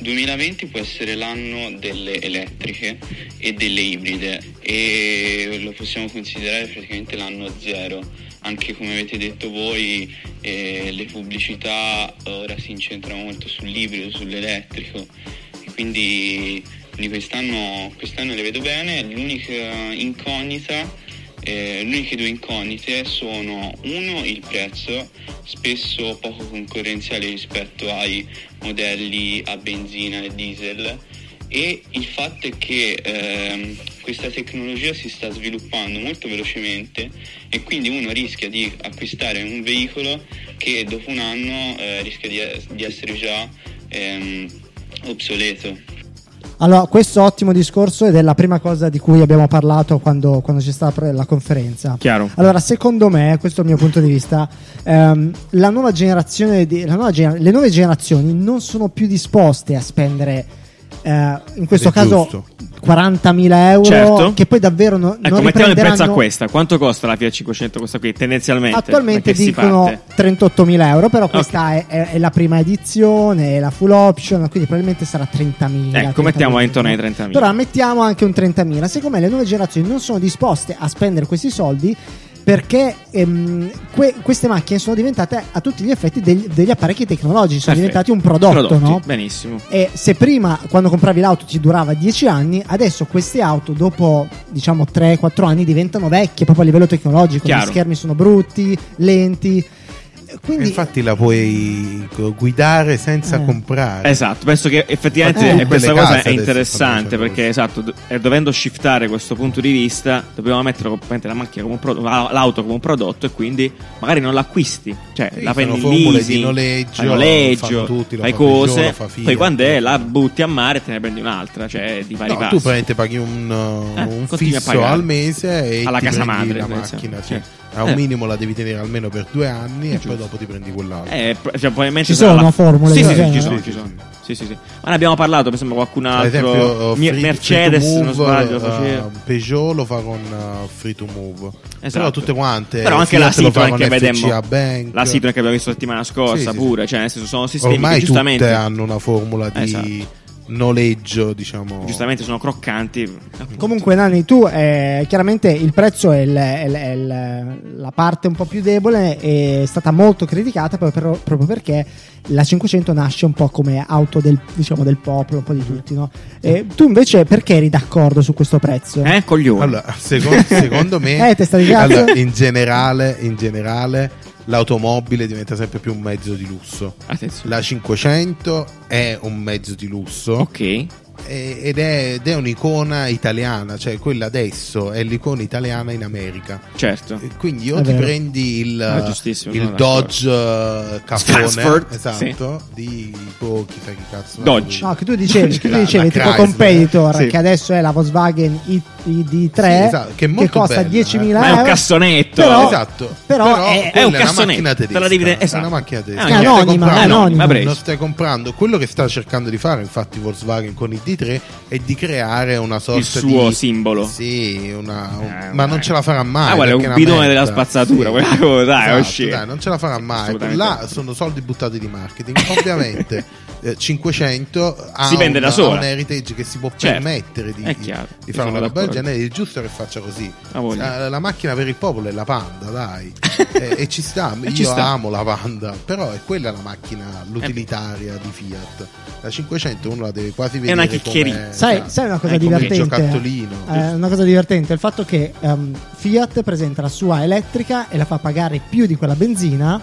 Speaker 5: 2020 può essere l'anno delle elettriche e delle ibride e lo possiamo considerare praticamente l'anno zero, anche come avete detto voi eh, le pubblicità ora si incentrano molto sull'ibrido, sull'elettrico e quindi di quest'anno, quest'anno le vedo bene, l'unica incognita eh, le uniche due incognite sono uno il prezzo, spesso poco concorrenziale rispetto ai modelli a benzina e diesel e il fatto è che ehm, questa tecnologia si sta sviluppando molto velocemente e quindi uno rischia di acquistare un veicolo che dopo un anno eh, rischia di, di essere già ehm, obsoleto.
Speaker 2: Allora, questo ottimo discorso ed è la prima cosa di cui abbiamo parlato quando, quando c'è stata pre- la conferenza.
Speaker 1: Chiaro.
Speaker 2: Allora, secondo me, questo è il mio punto di vista, ehm, la nuova generazione di- la nuova gener- le nuove generazioni non sono più disposte a spendere, eh, in questo
Speaker 3: Ed è
Speaker 2: caso,
Speaker 3: giusto.
Speaker 2: 40.000 euro,
Speaker 1: Certo.
Speaker 2: che poi davvero no-
Speaker 1: Ecco,
Speaker 2: non
Speaker 1: mettiamo il prezzo a
Speaker 2: riprenderanno-
Speaker 1: questa. Quanto costa la Fiat 500 questa qui, tendenzialmente? Da
Speaker 2: Attualmente
Speaker 1: che si
Speaker 2: dicono
Speaker 1: parte?
Speaker 2: 38.000 euro, però questa è- è, è la prima edizione, è la full option, quindi probabilmente sarà 30.000.
Speaker 1: Ecco, mettiamo intorno ai
Speaker 2: 30.000.
Speaker 1: 30.000.
Speaker 2: Però mettiamo anche un 30.000. Secondo me le nuove generazioni non sono disposte a spendere questi soldi perché ehm, que- queste macchine sono diventate a tutti gli effetti degli, degli apparecchi tecnologici,
Speaker 1: Eh
Speaker 2: sono diventati un
Speaker 1: Perfetto.
Speaker 2: prodotto,
Speaker 1: Prodotti,
Speaker 2: no?
Speaker 1: Benissimo.
Speaker 2: E se prima quando compravi l'auto ti durava 10 anni, adesso queste auto dopo diciamo 3-4 anni diventano vecchie proprio a livello tecnologico,
Speaker 1: Chiaro.
Speaker 2: gli schermi sono brutti, lenti. Quindi
Speaker 3: Infatti la puoi guidare senza
Speaker 2: Eh.
Speaker 3: comprare.
Speaker 1: Esatto, penso che
Speaker 2: Eh,
Speaker 1: effettivamente
Speaker 2: tutte
Speaker 1: questa
Speaker 3: le
Speaker 1: cosa
Speaker 3: case
Speaker 1: è
Speaker 3: adesso
Speaker 1: interessante
Speaker 3: stanno
Speaker 1: perché esatto, do- e dovendo shiftare questo punto di vista, dobbiamo mettere completamente la macchina come un prodotto, la- l'auto come un prodotto e quindi magari non l'acquisti, cioè
Speaker 3: Sì,
Speaker 1: la
Speaker 3: sono
Speaker 1: prendi in
Speaker 3: formule di
Speaker 1: leasing,
Speaker 3: noleggio,
Speaker 1: fai noleggio,
Speaker 3: fanno tutti, lo
Speaker 1: fai
Speaker 3: fa Peugeot,
Speaker 1: cose,
Speaker 3: lo fa Fiat.
Speaker 1: poi quando è la butti a mare e te ne prendi un'altra, cioè di vari
Speaker 3: No, tu
Speaker 1: passi.
Speaker 3: praticamente paghi un, uh,
Speaker 1: Eh,
Speaker 3: un
Speaker 1: continui a
Speaker 3: fisso
Speaker 1: pagare.
Speaker 3: al mese e
Speaker 1: Alla
Speaker 3: ti
Speaker 1: casa
Speaker 3: prendi
Speaker 1: madre,
Speaker 3: la
Speaker 1: pensiamo.
Speaker 3: macchina. sì.
Speaker 1: Eh.
Speaker 3: A un
Speaker 1: Eh.
Speaker 3: minimo la devi tenere almeno per due anni e
Speaker 1: giusto.
Speaker 3: poi dopo ti prendi quell'altro.
Speaker 1: Eh, pr- cioè, probabilmente
Speaker 2: Ci
Speaker 1: sarà
Speaker 2: sono
Speaker 1: la-
Speaker 2: formule
Speaker 1: sì,
Speaker 2: del
Speaker 1: sì, sì,
Speaker 2: genere?
Speaker 1: ci sono,
Speaker 3: Sì,
Speaker 1: ci
Speaker 3: sì,
Speaker 1: sono.
Speaker 3: sì.
Speaker 1: Sì, sì, sì. Ma ne abbiamo parlato, mi sembra qualcun
Speaker 3: Ad
Speaker 1: altro
Speaker 3: esempio, uh,
Speaker 1: Mi-
Speaker 3: Free-
Speaker 1: Mercedes,
Speaker 3: Free to
Speaker 1: se non
Speaker 3: Move,
Speaker 1: sbaglio,
Speaker 3: uh,
Speaker 1: faceva-
Speaker 3: Peugeot lo fa con uh, Free to Move.
Speaker 1: Esatto.
Speaker 3: Però tutte quante.
Speaker 1: Però anche
Speaker 3: Fiat
Speaker 1: la
Speaker 3: lo fa
Speaker 1: Citroen
Speaker 3: con
Speaker 1: che
Speaker 3: FCA
Speaker 1: vedemmo.
Speaker 3: Bank.
Speaker 1: La Citroen che abbiamo visto la settimana scorsa
Speaker 3: Sì, sì,
Speaker 1: pure, cioè nel senso sono sistemi
Speaker 3: Ormai
Speaker 1: che giustamente
Speaker 3: tutte hanno una formula di
Speaker 1: Esatto.
Speaker 3: noleggio, diciamo.
Speaker 1: giustamente sono croccanti. appunto.
Speaker 2: Comunque, Nani, tu eh, chiaramente il prezzo è, il- è il- è il- la parte un po' più debole, è stata molto criticata proprio, per- proprio perché la 500 nasce un po' come auto del, diciamo, del popolo, un po' di tutti. no? Eh, tu invece perché eri d'accordo su questo prezzo?
Speaker 1: eh coglione.
Speaker 3: Allora, secondo, secondo me,
Speaker 2: Eh, testa di cazzo.
Speaker 3: allora, in generale, in generale, l'automobile diventa sempre più un mezzo di lusso.
Speaker 1: Attenzione.
Speaker 3: La 500 è un mezzo di lusso
Speaker 1: Ok.
Speaker 3: e- ed, è, ed è un'icona italiana, cioè quella adesso è l'icona italiana in America.
Speaker 1: Certo.
Speaker 3: E Quindi o
Speaker 2: È
Speaker 3: ti
Speaker 2: vero.
Speaker 3: prendi
Speaker 1: Ah,
Speaker 3: il,
Speaker 1: giustissimo,
Speaker 3: il
Speaker 1: sono
Speaker 3: Dodge eh, Capone,
Speaker 1: Stansford,
Speaker 3: esatto, di boh, chissà che cazzo.
Speaker 1: Dodge.
Speaker 2: No, che tu dicevi, che tu
Speaker 3: La-
Speaker 2: dicevi
Speaker 3: la
Speaker 2: tipo
Speaker 3: Chrysler.
Speaker 2: competitor,
Speaker 1: Sì.
Speaker 2: che adesso è la Volkswagen i- di, di tre
Speaker 3: Sì, esatto, che è molto
Speaker 2: costa
Speaker 3: bella,
Speaker 2: 10.000
Speaker 3: eh.
Speaker 1: Ma
Speaker 2: euro.
Speaker 1: è un cassonetto. Ah,
Speaker 2: Però-
Speaker 3: esatto.
Speaker 2: però è-
Speaker 1: È un
Speaker 3: quella
Speaker 1: cassonetto,
Speaker 3: una macchina
Speaker 1: te la devi-
Speaker 3: tedesca. È
Speaker 1: esatto.
Speaker 3: una macchina tedesca.
Speaker 1: È
Speaker 3: Non stai
Speaker 2: anonima,
Speaker 3: comprando-
Speaker 2: è anonima.
Speaker 1: Preso.
Speaker 3: Non stai comprando quello che sta cercando di fare, infatti, Volkswagen con il D3 è di creare una sorta
Speaker 1: Il suo
Speaker 3: di
Speaker 1: simbolo.
Speaker 3: Sì, una, un-
Speaker 1: Eh,
Speaker 3: ma
Speaker 1: dai.
Speaker 3: non ce la farà mai.
Speaker 1: Ah, guarda, è
Speaker 3: perché
Speaker 1: un
Speaker 3: è una
Speaker 1: bidone
Speaker 3: merda.
Speaker 1: della spazzatura, quella cosa, dai,
Speaker 3: Esatto,
Speaker 1: oscena.
Speaker 3: dai, non ce la farà mai.
Speaker 1: Assolutamente.
Speaker 3: Là sono soldi buttati di marketing. Ovviamente eh, 500 ha
Speaker 1: Si vende
Speaker 3: un,
Speaker 1: da sola.
Speaker 3: ha un heritage che si può
Speaker 1: Certo,
Speaker 3: permettere di,
Speaker 1: è chiaro,
Speaker 3: di
Speaker 1: sono
Speaker 3: fare una roba del
Speaker 1: d'accordo.
Speaker 3: genere. È giusto che faccia così.
Speaker 1: Ha voglia.
Speaker 3: Eh, La, macchina per il popolo è la Panda, dai. Eh, e ci sta,
Speaker 1: E
Speaker 3: io
Speaker 1: ci sta.
Speaker 3: amo la Panda, però è quella la macchina l'utilitaria di Fiat. La 500 uno la deve quasi vedere
Speaker 1: una
Speaker 3: come-
Speaker 1: chicchierina.
Speaker 2: Sai,
Speaker 3: esatto.
Speaker 2: sai una cosa
Speaker 1: È come il
Speaker 2: divertente?
Speaker 3: giocattolino.
Speaker 2: Eh, una cosa divertente è il fatto che ehm, Fiat presenta la sua elettrica e la fa pagare più di quella benzina.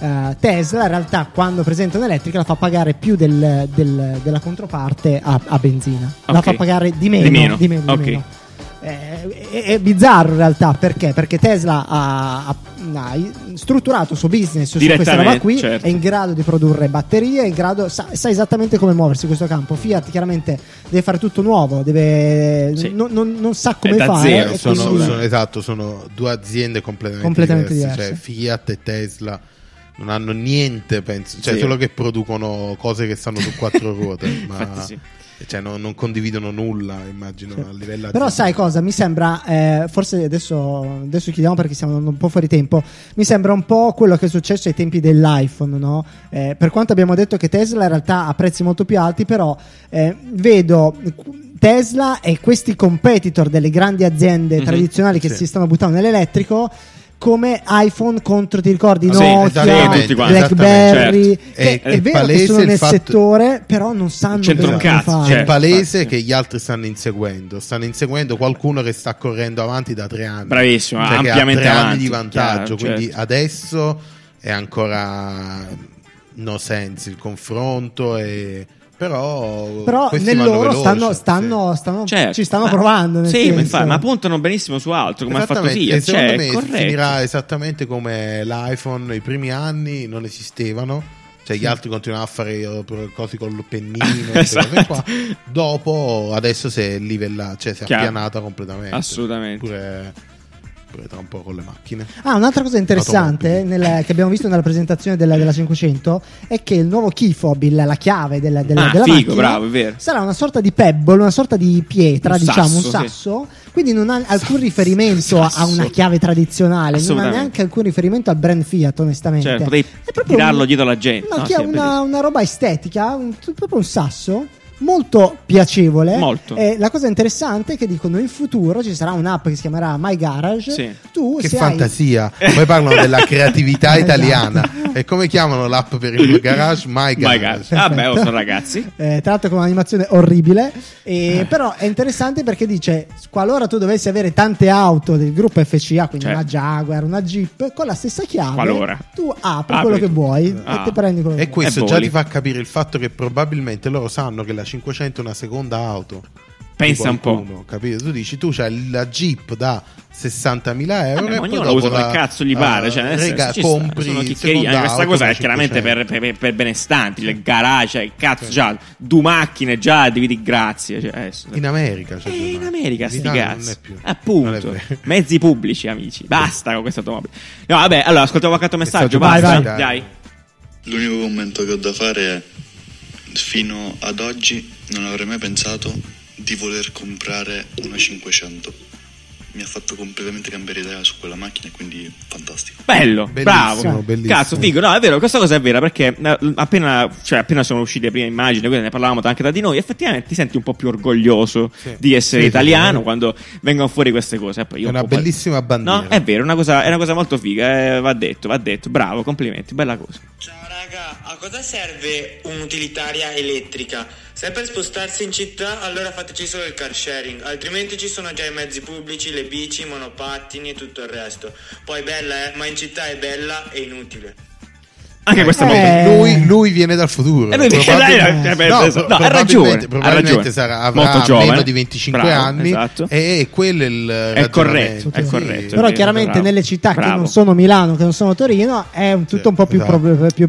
Speaker 2: Eh, Tesla in realtà quando presenta un'elettrica la fa pagare più del- del- della controparte a, a benzina. La
Speaker 1: Ok.
Speaker 2: fa pagare di meno.
Speaker 1: Di meno,
Speaker 2: di meno, di
Speaker 1: ok.
Speaker 2: meno. Eh, è, è bizzarro in realtà perché? Perché Tesla ha, ha- ha strutturato il suo business su questa roba
Speaker 1: Direttamente,
Speaker 2: qui
Speaker 1: certo.
Speaker 2: è in grado di produrre batterie, è in grado, sa, sa esattamente come muoversi in questo campo. Fiat chiaramente deve fare tutto nuovo, deve,
Speaker 1: Sì.
Speaker 2: non, non- non sa come
Speaker 1: È da
Speaker 2: fare.
Speaker 1: zero,
Speaker 2: e
Speaker 3: sono,
Speaker 2: quindi-
Speaker 3: sono- esatto, sono due aziende completamente,
Speaker 2: Completamente
Speaker 3: diverse,
Speaker 2: diverse.
Speaker 3: Cioè, Fiat e Tesla non hanno niente, penso, cioè
Speaker 1: Sì.
Speaker 3: solo che producono cose che stanno su quattro ruote, ma
Speaker 1: Infatti sì.
Speaker 3: cioè, non, non condividono nulla, immagino, a livello
Speaker 2: Però
Speaker 3: aziendale.
Speaker 2: sai cosa? Mi sembra, eh, forse adesso, adesso chiudiamo perché stiamo andando un po' fuori tempo, mi sembra un po' quello che è successo ai tempi dell'iPhone, no? Eh, per quanto abbiamo detto che Tesla in realtà ha prezzi molto più alti, però eh, vedo... Tesla e questi competitor delle grandi aziende
Speaker 1: Mhm,
Speaker 2: tradizionali che
Speaker 3: sì.
Speaker 2: si stanno buttando nell'elettrico come iPhone contro, ti ricordi,
Speaker 1: Sì,
Speaker 2: Nokia,
Speaker 1: esattamente, tutti quanti,
Speaker 2: Blackberry.
Speaker 1: esattamente,
Speaker 2: Che È,
Speaker 3: certo. È- è
Speaker 2: vero che
Speaker 3: palese
Speaker 2: sono
Speaker 3: il
Speaker 2: nel
Speaker 3: fatto-
Speaker 2: settore, però non sanno
Speaker 1: Non c'entra
Speaker 2: cosa
Speaker 1: un cazzo,
Speaker 2: fare.
Speaker 1: cioè,
Speaker 3: È palese
Speaker 1: infatti.
Speaker 3: che gli altri stanno inseguendo, stanno inseguendo qualcuno che sta correndo avanti da tre anni.
Speaker 1: Bravissimo,
Speaker 3: Cioè, che
Speaker 1: ampiamente
Speaker 3: ha tre
Speaker 1: avanti,
Speaker 3: anni di vantaggio.
Speaker 1: chiaro,
Speaker 3: quindi
Speaker 1: certo.
Speaker 3: adesso è ancora no sense il confronto. E... Però,
Speaker 2: però
Speaker 3: questi
Speaker 2: nel
Speaker 3: vanno
Speaker 2: loro
Speaker 3: veloci,
Speaker 2: stanno,
Speaker 3: sì.
Speaker 2: stanno- stanno-
Speaker 1: Certo.
Speaker 2: ci stanno
Speaker 1: Ma-
Speaker 2: provando. nel
Speaker 1: Sì,
Speaker 2: senso.
Speaker 1: ma, infatti, ma puntano benissimo su altro, come ha fatto
Speaker 3: Esattamente,
Speaker 1: Fiat.
Speaker 3: e secondo
Speaker 1: Cioè,
Speaker 3: me
Speaker 1: è corretto.
Speaker 3: finirà esattamente come l'iPhone, i primi anni non esistevano. Cioè,
Speaker 1: Mm.
Speaker 3: gli altri continuavano a fare eh, pro- cose col pennino, queste cose
Speaker 1: Esatto.
Speaker 3: qua. Dopo, adesso si è livellata, cioè si è
Speaker 1: Chiaro.
Speaker 3: appianata completamente.
Speaker 1: Assolutamente.
Speaker 3: Pure, pure tra un po' con le macchine.
Speaker 2: Ah, un'altra cosa interessante
Speaker 3: Automobili.
Speaker 2: nel- che abbiamo visto nella presentazione della, della 500 è che il nuovo key fob, il- la chiave della, della,
Speaker 1: Ah,
Speaker 2: della
Speaker 1: figo,
Speaker 2: macchina,
Speaker 1: bravo, è vero.
Speaker 2: sarà una sorta di pebble, una sorta di pietra,
Speaker 1: Un
Speaker 2: diciamo, un
Speaker 1: sasso, sì.
Speaker 2: sasso. Quindi non ha alcun riferimento a una chiave tradizionale, non ha
Speaker 1: Assolutamente.
Speaker 2: neanche alcun riferimento al brand Fiat, onestamente.
Speaker 1: Cioè, potevi
Speaker 2: È proprio
Speaker 1: tirarlo dietro la gente.
Speaker 2: No,
Speaker 1: No, sì,
Speaker 2: che ha
Speaker 1: è
Speaker 2: una,
Speaker 1: bellissimo.
Speaker 2: una roba estetica, un- proprio un sasso. Molto piacevole.
Speaker 1: Molto.
Speaker 2: Eh, la cosa interessante è che dicono in futuro ci sarà un'app che si chiamerà My Garage.
Speaker 1: Sì.
Speaker 2: Tu
Speaker 3: Che
Speaker 2: se hai-
Speaker 3: fantasia! Poi parlano della creatività
Speaker 2: Esatto.
Speaker 3: italiana. E come chiamano l'app per il garage?
Speaker 1: My
Speaker 3: My Garage.
Speaker 1: God. Vabbè, oh, sono ragazzi.
Speaker 2: Eh, tra l'altro con un'animazione orribile, Eh, però è interessante perché dice qualora tu dovessi avere tante auto del gruppo FCA, quindi
Speaker 1: Certo.
Speaker 2: una Jaguar, una Jeep, con la stessa chiave
Speaker 1: Qualora.
Speaker 2: tu apri
Speaker 1: Apri
Speaker 2: quello che
Speaker 1: tu.
Speaker 2: vuoi e
Speaker 1: Ah.
Speaker 2: ti prendi quello che
Speaker 3: E
Speaker 2: vuoi.
Speaker 1: E
Speaker 3: questo già
Speaker 1: voli.
Speaker 3: ti fa capire il fatto che probabilmente loro sanno che la 500 è una seconda auto.
Speaker 1: Pensa un po'.
Speaker 3: qualcuno, capito? Tu dici, tu c'hai la Jeep da 60.000 euro.
Speaker 1: Vabbè, Eh,
Speaker 3: e
Speaker 1: ma
Speaker 3: poi
Speaker 1: ognuno la
Speaker 3: dopo
Speaker 1: usa
Speaker 3: la
Speaker 1: come cazzo gli pare, cioè, nel
Speaker 3: eh,
Speaker 1: senso,
Speaker 3: rega,
Speaker 1: ci sta,
Speaker 3: compri
Speaker 1: sono
Speaker 3: il
Speaker 1: chiccheria.
Speaker 3: secondo
Speaker 1: Questa
Speaker 3: auto
Speaker 1: cosa è
Speaker 3: da
Speaker 1: chiaramente
Speaker 3: 500.
Speaker 1: per, per- per benestanti, il garage, il cazzo, già, due macchine, già, dividi grazie. Cioè, eh,
Speaker 3: In America,
Speaker 1: Eh,
Speaker 3: cioè,
Speaker 1: in
Speaker 3: ormai.
Speaker 1: America,
Speaker 3: In
Speaker 1: sti
Speaker 3: Italia
Speaker 1: cazzi.
Speaker 3: non è più. Non è
Speaker 1: Appunto, Eh.
Speaker 3: vero.
Speaker 1: mezzi pubblici, amici. Basta con questa automobile. No, vabbè, allora ascoltiamo qualche messaggio.
Speaker 3: Messaggio,
Speaker 1: basta.
Speaker 3: vai, vai.
Speaker 1: Dai.
Speaker 4: L'unico commento che ho da fare è fino ad oggi non avrei mai pensato di voler comprare una 500. Mi ha fatto completamente cambiare idea su quella macchina, quindi fantastico.
Speaker 1: Bello,
Speaker 3: Bellissimo,
Speaker 1: bravo.
Speaker 3: bellissimo.
Speaker 1: Cazzo, figo. No, è vero, questa cosa è vera perché eh, appena, cioè, appena sono uscite le prime immagini, quindi ne parlavamo anche da di noi, effettivamente ti senti un po' più orgoglioso
Speaker 3: Sì.
Speaker 1: di essere
Speaker 3: Sì, sì,
Speaker 1: italiano
Speaker 3: sì.
Speaker 1: quando vengono fuori queste cose. Eh, poi io
Speaker 3: È
Speaker 1: un
Speaker 3: una
Speaker 1: po' poi-
Speaker 3: bellissima bandiera.
Speaker 1: No, è vero, è una cosa, è una cosa molto figa, eh, va detto, va detto. Bravo, complimenti, bella cosa.
Speaker 6: Ciao raga, a cosa serve un'utilitaria elettrica? Se è per spostarsi in città, allora fateci solo il car sharing, altrimenti ci sono già i mezzi pubblici, le bici, i monopattini e tutto il resto. Poi bella, eh, ma in città è bella e inutile.
Speaker 1: Anche questa volta.
Speaker 2: Eh.
Speaker 3: Lui, lui viene dal futuro.
Speaker 1: E lui dice,
Speaker 3: Probabilmente-
Speaker 1: Eh, dai, dai,
Speaker 3: no,
Speaker 1: dai,
Speaker 3: pro-
Speaker 1: no, ha
Speaker 3: probabilmente-
Speaker 1: ragione, ha
Speaker 3: probabilmente
Speaker 1: ragione.
Speaker 3: sarà, avrà
Speaker 1: Molto giovane.
Speaker 3: meno di 25
Speaker 1: Bravo,
Speaker 3: anni.
Speaker 1: esatto.
Speaker 3: E, e quello è il ragionamento.
Speaker 1: corretto, è
Speaker 3: Sì.
Speaker 1: corretto.
Speaker 2: Però
Speaker 1: Sì,
Speaker 2: chiaramente
Speaker 1: bravo.
Speaker 2: nelle città che
Speaker 1: Bravo.
Speaker 2: non sono Milano, che non sono Torino, è un tutto un po' più,
Speaker 3: Esatto.
Speaker 2: prob- più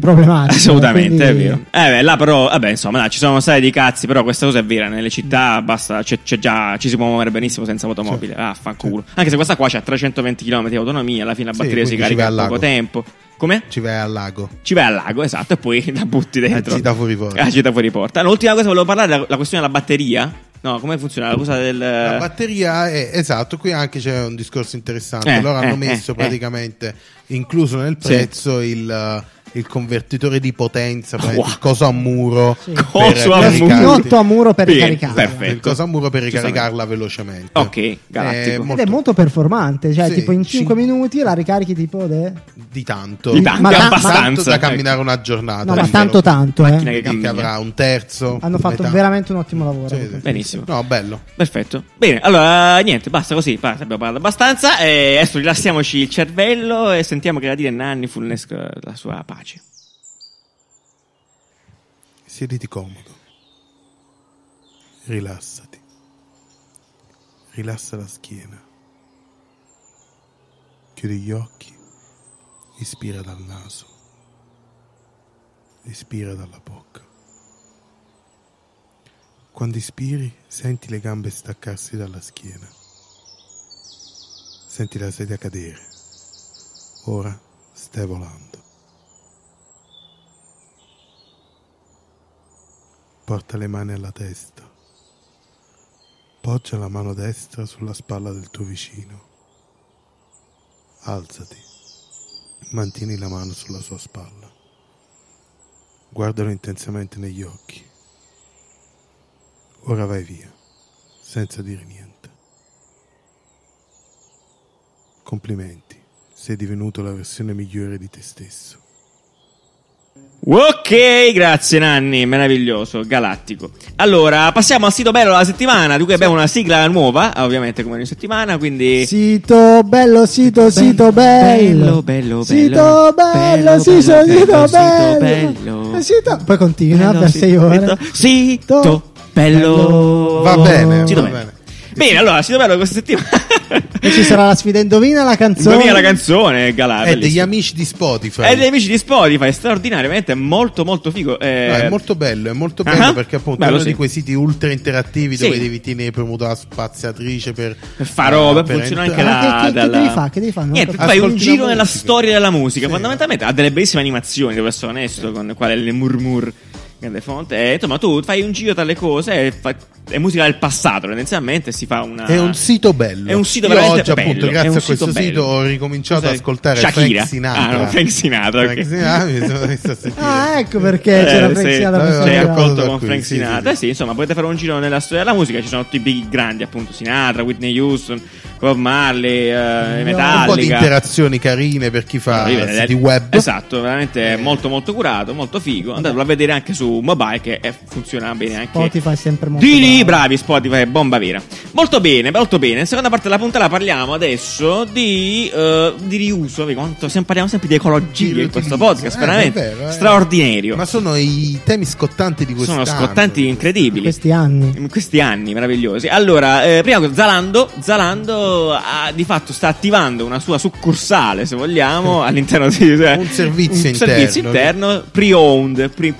Speaker 2: problematico. eh,
Speaker 1: Assolutamente,
Speaker 2: quindi-
Speaker 1: è vero. Eh beh, là però, vabbè, insomma, là, ci sono una serie di cazzi, però questa cosa è vera, nelle città basta, c'è, c'è già, ci si può muovere benissimo senza automobile, ah, fanculo. Anche se questa qua c'ha 320 km di autonomia, alla fine la
Speaker 3: Sì,
Speaker 1: batteria si
Speaker 3: quindi ci
Speaker 1: carica
Speaker 3: vai
Speaker 1: in
Speaker 3: al
Speaker 1: poco
Speaker 3: lago.
Speaker 1: tempo. Come?
Speaker 3: Ci vai al lago.
Speaker 1: Ci vai al lago, esatto, e poi la butti dentro.
Speaker 3: La gita Eh, fuori porta.
Speaker 1: La gita fuori porta. No, L'ultima cosa volevo parlare, la, la questione della batteria. No, come funziona la cosa del...
Speaker 3: La batteria è esatto, qui anche c'è un discorso interessante.
Speaker 1: Eh,
Speaker 3: Loro hanno
Speaker 1: eh,
Speaker 3: messo
Speaker 1: eh,
Speaker 3: praticamente incluso nel
Speaker 1: Sì.
Speaker 3: prezzo il, eh, il convertitore di potenza, praticamente,
Speaker 1: Wow.
Speaker 3: il coso a muro, per
Speaker 1: Coso a
Speaker 2: Lo
Speaker 3: caricarti-
Speaker 1: muro.
Speaker 2: spinotto a muro per
Speaker 1: Bene,
Speaker 2: ricaricarla.
Speaker 1: perfetto.
Speaker 3: il coso a muro per
Speaker 1: Giustamente.
Speaker 3: ricaricarla velocemente.
Speaker 1: Ok, galattico.
Speaker 3: Eh,
Speaker 2: Ed è molto performante, cioè
Speaker 3: Sì,
Speaker 2: tipo in 5
Speaker 3: cin-
Speaker 2: minuti la ricarichi tipo de...
Speaker 3: di tanto,
Speaker 1: Di tanto,
Speaker 2: Ma ta-
Speaker 1: abbastanza. ecco.
Speaker 3: tanto da camminare una giornata.
Speaker 2: No, ma
Speaker 3: Quindi
Speaker 2: tanto
Speaker 3: lo-
Speaker 2: tanto, eh.
Speaker 1: Macchina che
Speaker 3: che
Speaker 1: cammina.
Speaker 3: avrà un terzo.
Speaker 2: Hanno fatto
Speaker 3: metà.
Speaker 2: veramente un ottimo lavoro.
Speaker 3: Sì, sì.
Speaker 1: Benissimo.
Speaker 3: No, bello.
Speaker 1: Perfetto. Bene, allora niente, basta così, basta, abbiamo parlato abbastanza. E adesso rilassiamoci il cervello e sentiamo che la dire Nanni Fulnesco la sua pace.
Speaker 3: Siediti comodo. Rilassati. Rilassa la schiena. Chiudi gli occhi. Ispira dal naso. Ispira dalla bocca. Quando ispiri, senti le gambe staccarsi dalla schiena. Senti la sedia cadere. Ora stai volando. Porta le mani alla testa. Poggia la mano destra sulla spalla del tuo vicino. Alzati. Mantieni la mano sulla sua spalla. Guardalo intensamente negli occhi. Ora vai via, senza dire niente. Complimenti, sei divenuto la versione migliore di te stesso.
Speaker 1: Ok, grazie Nanni, meraviglioso, galattico. Allora, passiamo al sito bello della settimana, di cui abbiamo una sigla nuova, ovviamente come ogni settimana, quindi...
Speaker 2: Sito bello, sito, sito
Speaker 1: bello, bello,
Speaker 2: bello.
Speaker 1: bello,
Speaker 2: Sito bello,
Speaker 1: bello,
Speaker 2: sì, sono
Speaker 1: bello,
Speaker 2: sito
Speaker 1: bello, sito
Speaker 2: bello. Eh,
Speaker 1: bello.
Speaker 2: Sito- Poi continua
Speaker 1: Bello,
Speaker 2: per
Speaker 1: Eh, sito,
Speaker 2: 6 ore.
Speaker 1: bello, Sito bello.
Speaker 3: Va bene,
Speaker 1: Sito
Speaker 3: va
Speaker 1: bello.
Speaker 3: bene.
Speaker 1: Bene, allora, sito bello questa settimana.
Speaker 2: E ci sarà la sfida indovina la canzone.
Speaker 1: Indovina la canzone, Galà.
Speaker 3: È degli
Speaker 1: Ah, bellissimo.
Speaker 3: amici di Spotify.
Speaker 1: E degli amici di Spotify, straordinariamente molto molto figo. eh,
Speaker 3: No, è molto bello, è molto
Speaker 1: Ah.
Speaker 3: bello perché appunto
Speaker 1: Bello,
Speaker 3: è uno
Speaker 1: sì.
Speaker 3: di quei siti ultra interattivi
Speaker 1: Sì.
Speaker 3: dove devi tenere premuta la spaziatrice per,
Speaker 1: per fare roba,
Speaker 3: per
Speaker 1: funziona anche
Speaker 3: entrare.
Speaker 2: Ma
Speaker 1: la.
Speaker 2: che- che- che
Speaker 1: dalla-
Speaker 2: devi fa? Che devi fa? Non
Speaker 1: Niente,
Speaker 2: ho
Speaker 1: tu fai un
Speaker 3: Ascolti la
Speaker 1: giro nella
Speaker 3: musica.
Speaker 1: storia della musica.
Speaker 3: Sì.
Speaker 1: Fondamentalmente ha delle bellissime animazioni, devo essere onesto, con qual è il murmur. Grande fonte, e insomma, tu fai un giro tra le cose. e fa- È musica del passato, tendenzialmente si fa una.
Speaker 3: È un sito bello.
Speaker 1: È un sito
Speaker 3: Io
Speaker 1: veramente
Speaker 3: oggi,
Speaker 1: bello,
Speaker 3: appunto,
Speaker 1: è
Speaker 3: grazie
Speaker 1: un
Speaker 3: a questo
Speaker 1: sito
Speaker 3: sito,
Speaker 1: bello.
Speaker 3: ho ricominciato
Speaker 1: Cos'è?
Speaker 3: ad ascoltare
Speaker 1: Shakira.
Speaker 3: Frank Sinatra.
Speaker 1: Ah, no, Frank Sinatra, ok.
Speaker 3: Frank Sinatra, mi sono messo a sentire.
Speaker 2: Ah, ecco perché c'era
Speaker 1: Eh,
Speaker 2: Frank
Speaker 1: sì,
Speaker 2: Sinatra per
Speaker 1: cioè,
Speaker 3: Vabbè, vabbè,
Speaker 2: studiare.
Speaker 3: vabbè.
Speaker 1: accolto
Speaker 3: da
Speaker 1: con
Speaker 3: qui,
Speaker 1: Frank
Speaker 3: eh, sì,
Speaker 1: Sinatra. Sì,
Speaker 3: sì, sì.
Speaker 1: insomma, potete fare un giro nella storia della musica. Ci sono tutti i big grandi, appunto. Sinatra, Whitney Houston, Bob Marley, eh,
Speaker 3: Un po' di
Speaker 1: Metallica.
Speaker 3: interazioni carine per chi fa
Speaker 1: Arriva nel-
Speaker 3: Ah, eh, siti web. Eh.
Speaker 1: Esatto, veramente è molto molto curato, molto figo. Andatelo a vedere anche su mobile che è- funziona bene anche.
Speaker 2: Spotify è sempre molto
Speaker 1: di lì,
Speaker 2: bravo.
Speaker 1: bravi Spotify, è bomba vera. Molto bene, molto bene. In seconda parte della puntata parliamo adesso di, eh, di riuso. Vedi quanto sempre- parliamo sempre di ecologia in questo podcast,
Speaker 3: Eh,
Speaker 1: veramente
Speaker 3: davvero, eh.
Speaker 1: straordinario.
Speaker 3: Ma sono i temi scottanti di quest'anno.
Speaker 1: Sono scottanti incredibili.
Speaker 2: Questi anni.
Speaker 1: In questi anni meravigliosi. Allora, eh, prima cosa, Zalando, Zalando ha- di fatto sta attivando una sua succursale, se vogliamo, all'interno di cioè,
Speaker 3: Un servizio
Speaker 1: un servizio
Speaker 3: interno.
Speaker 1: interno pre-owned, pre-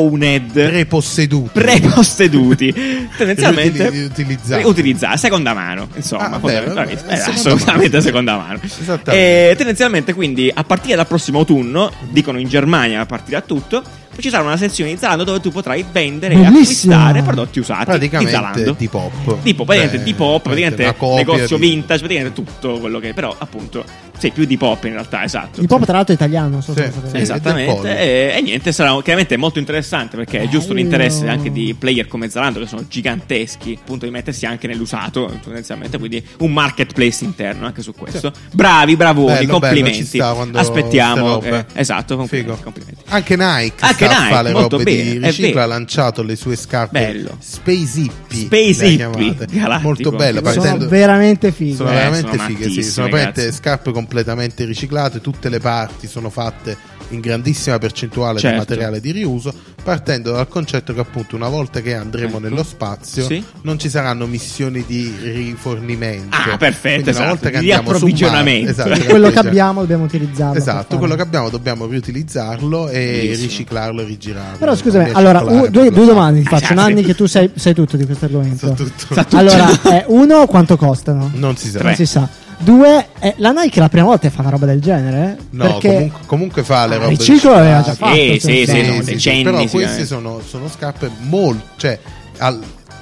Speaker 1: pre-owned,
Speaker 3: Preposseduti.
Speaker 1: preposseduti, tendenzialmente
Speaker 3: Riutili- riutilizzati.
Speaker 1: riutilizzati, seconda mano, insomma,
Speaker 3: Ah, vabbè,
Speaker 1: fondamentalmente.
Speaker 3: vabbè,
Speaker 1: Eh,
Speaker 3: seconda
Speaker 1: assolutamente
Speaker 3: mano.
Speaker 1: seconda mano.
Speaker 3: Esattamente.
Speaker 1: Eh, tendenzialmente, quindi, a partire dal prossimo autunno, dicono in Germania a partire da tutto, ci sarà una sezione di Zalando dove tu potrai vendere e
Speaker 2: Bellissimo.
Speaker 1: acquistare prodotti usati di Zalando.
Speaker 3: praticamente di pop.
Speaker 1: Tipo, praticamente
Speaker 3: Cioè,
Speaker 1: di pop, praticamente
Speaker 3: una copia
Speaker 1: negozio
Speaker 3: di-
Speaker 1: vintage, praticamente tutto quello che. Però, appunto, sei più di pop in realtà, esatto.
Speaker 2: Il pop tra l'altro è italiano, non so se
Speaker 3: Sì,
Speaker 2: lo sapete.
Speaker 3: sì,
Speaker 1: Eh,
Speaker 3: del
Speaker 1: Esattamente,
Speaker 3: pollo.
Speaker 1: e, e niente, sarà chiaramente molto interessante perché è giusto
Speaker 2: Bello.
Speaker 1: l'interesse anche di player come Zalando che sono giganteschi, appunto di mettersi anche nell'usato tendenzialmente, quindi un marketplace interno anche su questo. Bravi, bravoni,
Speaker 3: Bello,
Speaker 1: complimenti.
Speaker 3: bello, ci sta quando
Speaker 1: Aspettiamo,
Speaker 3: ste robe.
Speaker 1: eh, esatto, complimenti,
Speaker 3: Figo.
Speaker 1: complimenti.
Speaker 3: Anche Nike
Speaker 1: Anche
Speaker 3: sta
Speaker 1: Nike,
Speaker 3: a fare
Speaker 1: molto
Speaker 3: robe
Speaker 1: bene,
Speaker 3: di
Speaker 1: è
Speaker 3: riciclo,
Speaker 1: vero.
Speaker 3: ha lanciato le sue scarpe
Speaker 1: Bello.
Speaker 3: Space Hippie,
Speaker 1: Space
Speaker 3: le
Speaker 1: Hippie,
Speaker 3: chiamate.
Speaker 1: galattico.
Speaker 3: molto bello,
Speaker 1: Sono
Speaker 2: Sono
Speaker 3: partendo
Speaker 2: veramente fighi.
Speaker 3: sono
Speaker 1: Eh,
Speaker 3: veramente
Speaker 1: sono
Speaker 3: fighe, sì,
Speaker 1: mattissime,
Speaker 3: sono veramente
Speaker 1: ragazzi.
Speaker 3: scarpe con completamente riciclate, tutte le parti sono fatte in grandissima percentuale
Speaker 1: Certo.
Speaker 3: di materiale di riuso, partendo dal concetto che appunto una volta che
Speaker 1: Ecco.
Speaker 3: andremo nello spazio
Speaker 1: Sì.
Speaker 3: non ci saranno missioni di rifornimento.
Speaker 1: Ah, perfetto,
Speaker 3: Quindi una
Speaker 1: esatto,
Speaker 3: volta che
Speaker 1: di
Speaker 3: andiamo su
Speaker 1: approvvigionamento.
Speaker 3: Marte-
Speaker 1: Quello
Speaker 3: esatto,
Speaker 2: quello che
Speaker 3: approvvigionamento.
Speaker 2: abbiamo dobbiamo utilizzarlo. per
Speaker 3: Esatto,
Speaker 2: farlo.
Speaker 3: quello che abbiamo dobbiamo riutilizzarlo e
Speaker 1: Bellissimo.
Speaker 3: riciclarlo e rigirarlo.
Speaker 2: Però scusami,
Speaker 3: Cambiare
Speaker 2: allora,
Speaker 3: circolare,
Speaker 2: u- due,
Speaker 3: bla bla
Speaker 2: due
Speaker 3: bla.
Speaker 2: domande ti faccio.
Speaker 1: Ah, sì.
Speaker 2: Nanni, che tu sai, sai tutto di questo
Speaker 3: So
Speaker 2: argomento.
Speaker 3: tutto.
Speaker 1: Sa tutto.
Speaker 2: Allora, eh, uno, quanto costano?
Speaker 3: Non si sa.
Speaker 1: Tre.
Speaker 2: Non si sa. Due, eh, la Nike è la prima volta che fa una roba del genere? eh?
Speaker 3: No,
Speaker 2: Perché
Speaker 3: comunque, comunque fa le
Speaker 2: Ah,
Speaker 3: robe.
Speaker 2: il ciclo l'aveva già
Speaker 3: riciclate.
Speaker 2: fatto.
Speaker 1: Sì,
Speaker 2: cioè,
Speaker 1: sì,
Speaker 2: cioè,
Speaker 1: sì, no, decenni
Speaker 3: però queste
Speaker 1: sicuramente.
Speaker 3: sono, sono scarpe molto, cioè al-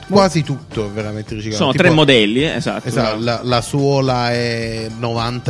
Speaker 3: quasi tutto è veramente riciclato.
Speaker 1: Sono
Speaker 3: Tipo-
Speaker 1: tre modelli, eh, esatto.
Speaker 3: Esatto, la, la suola è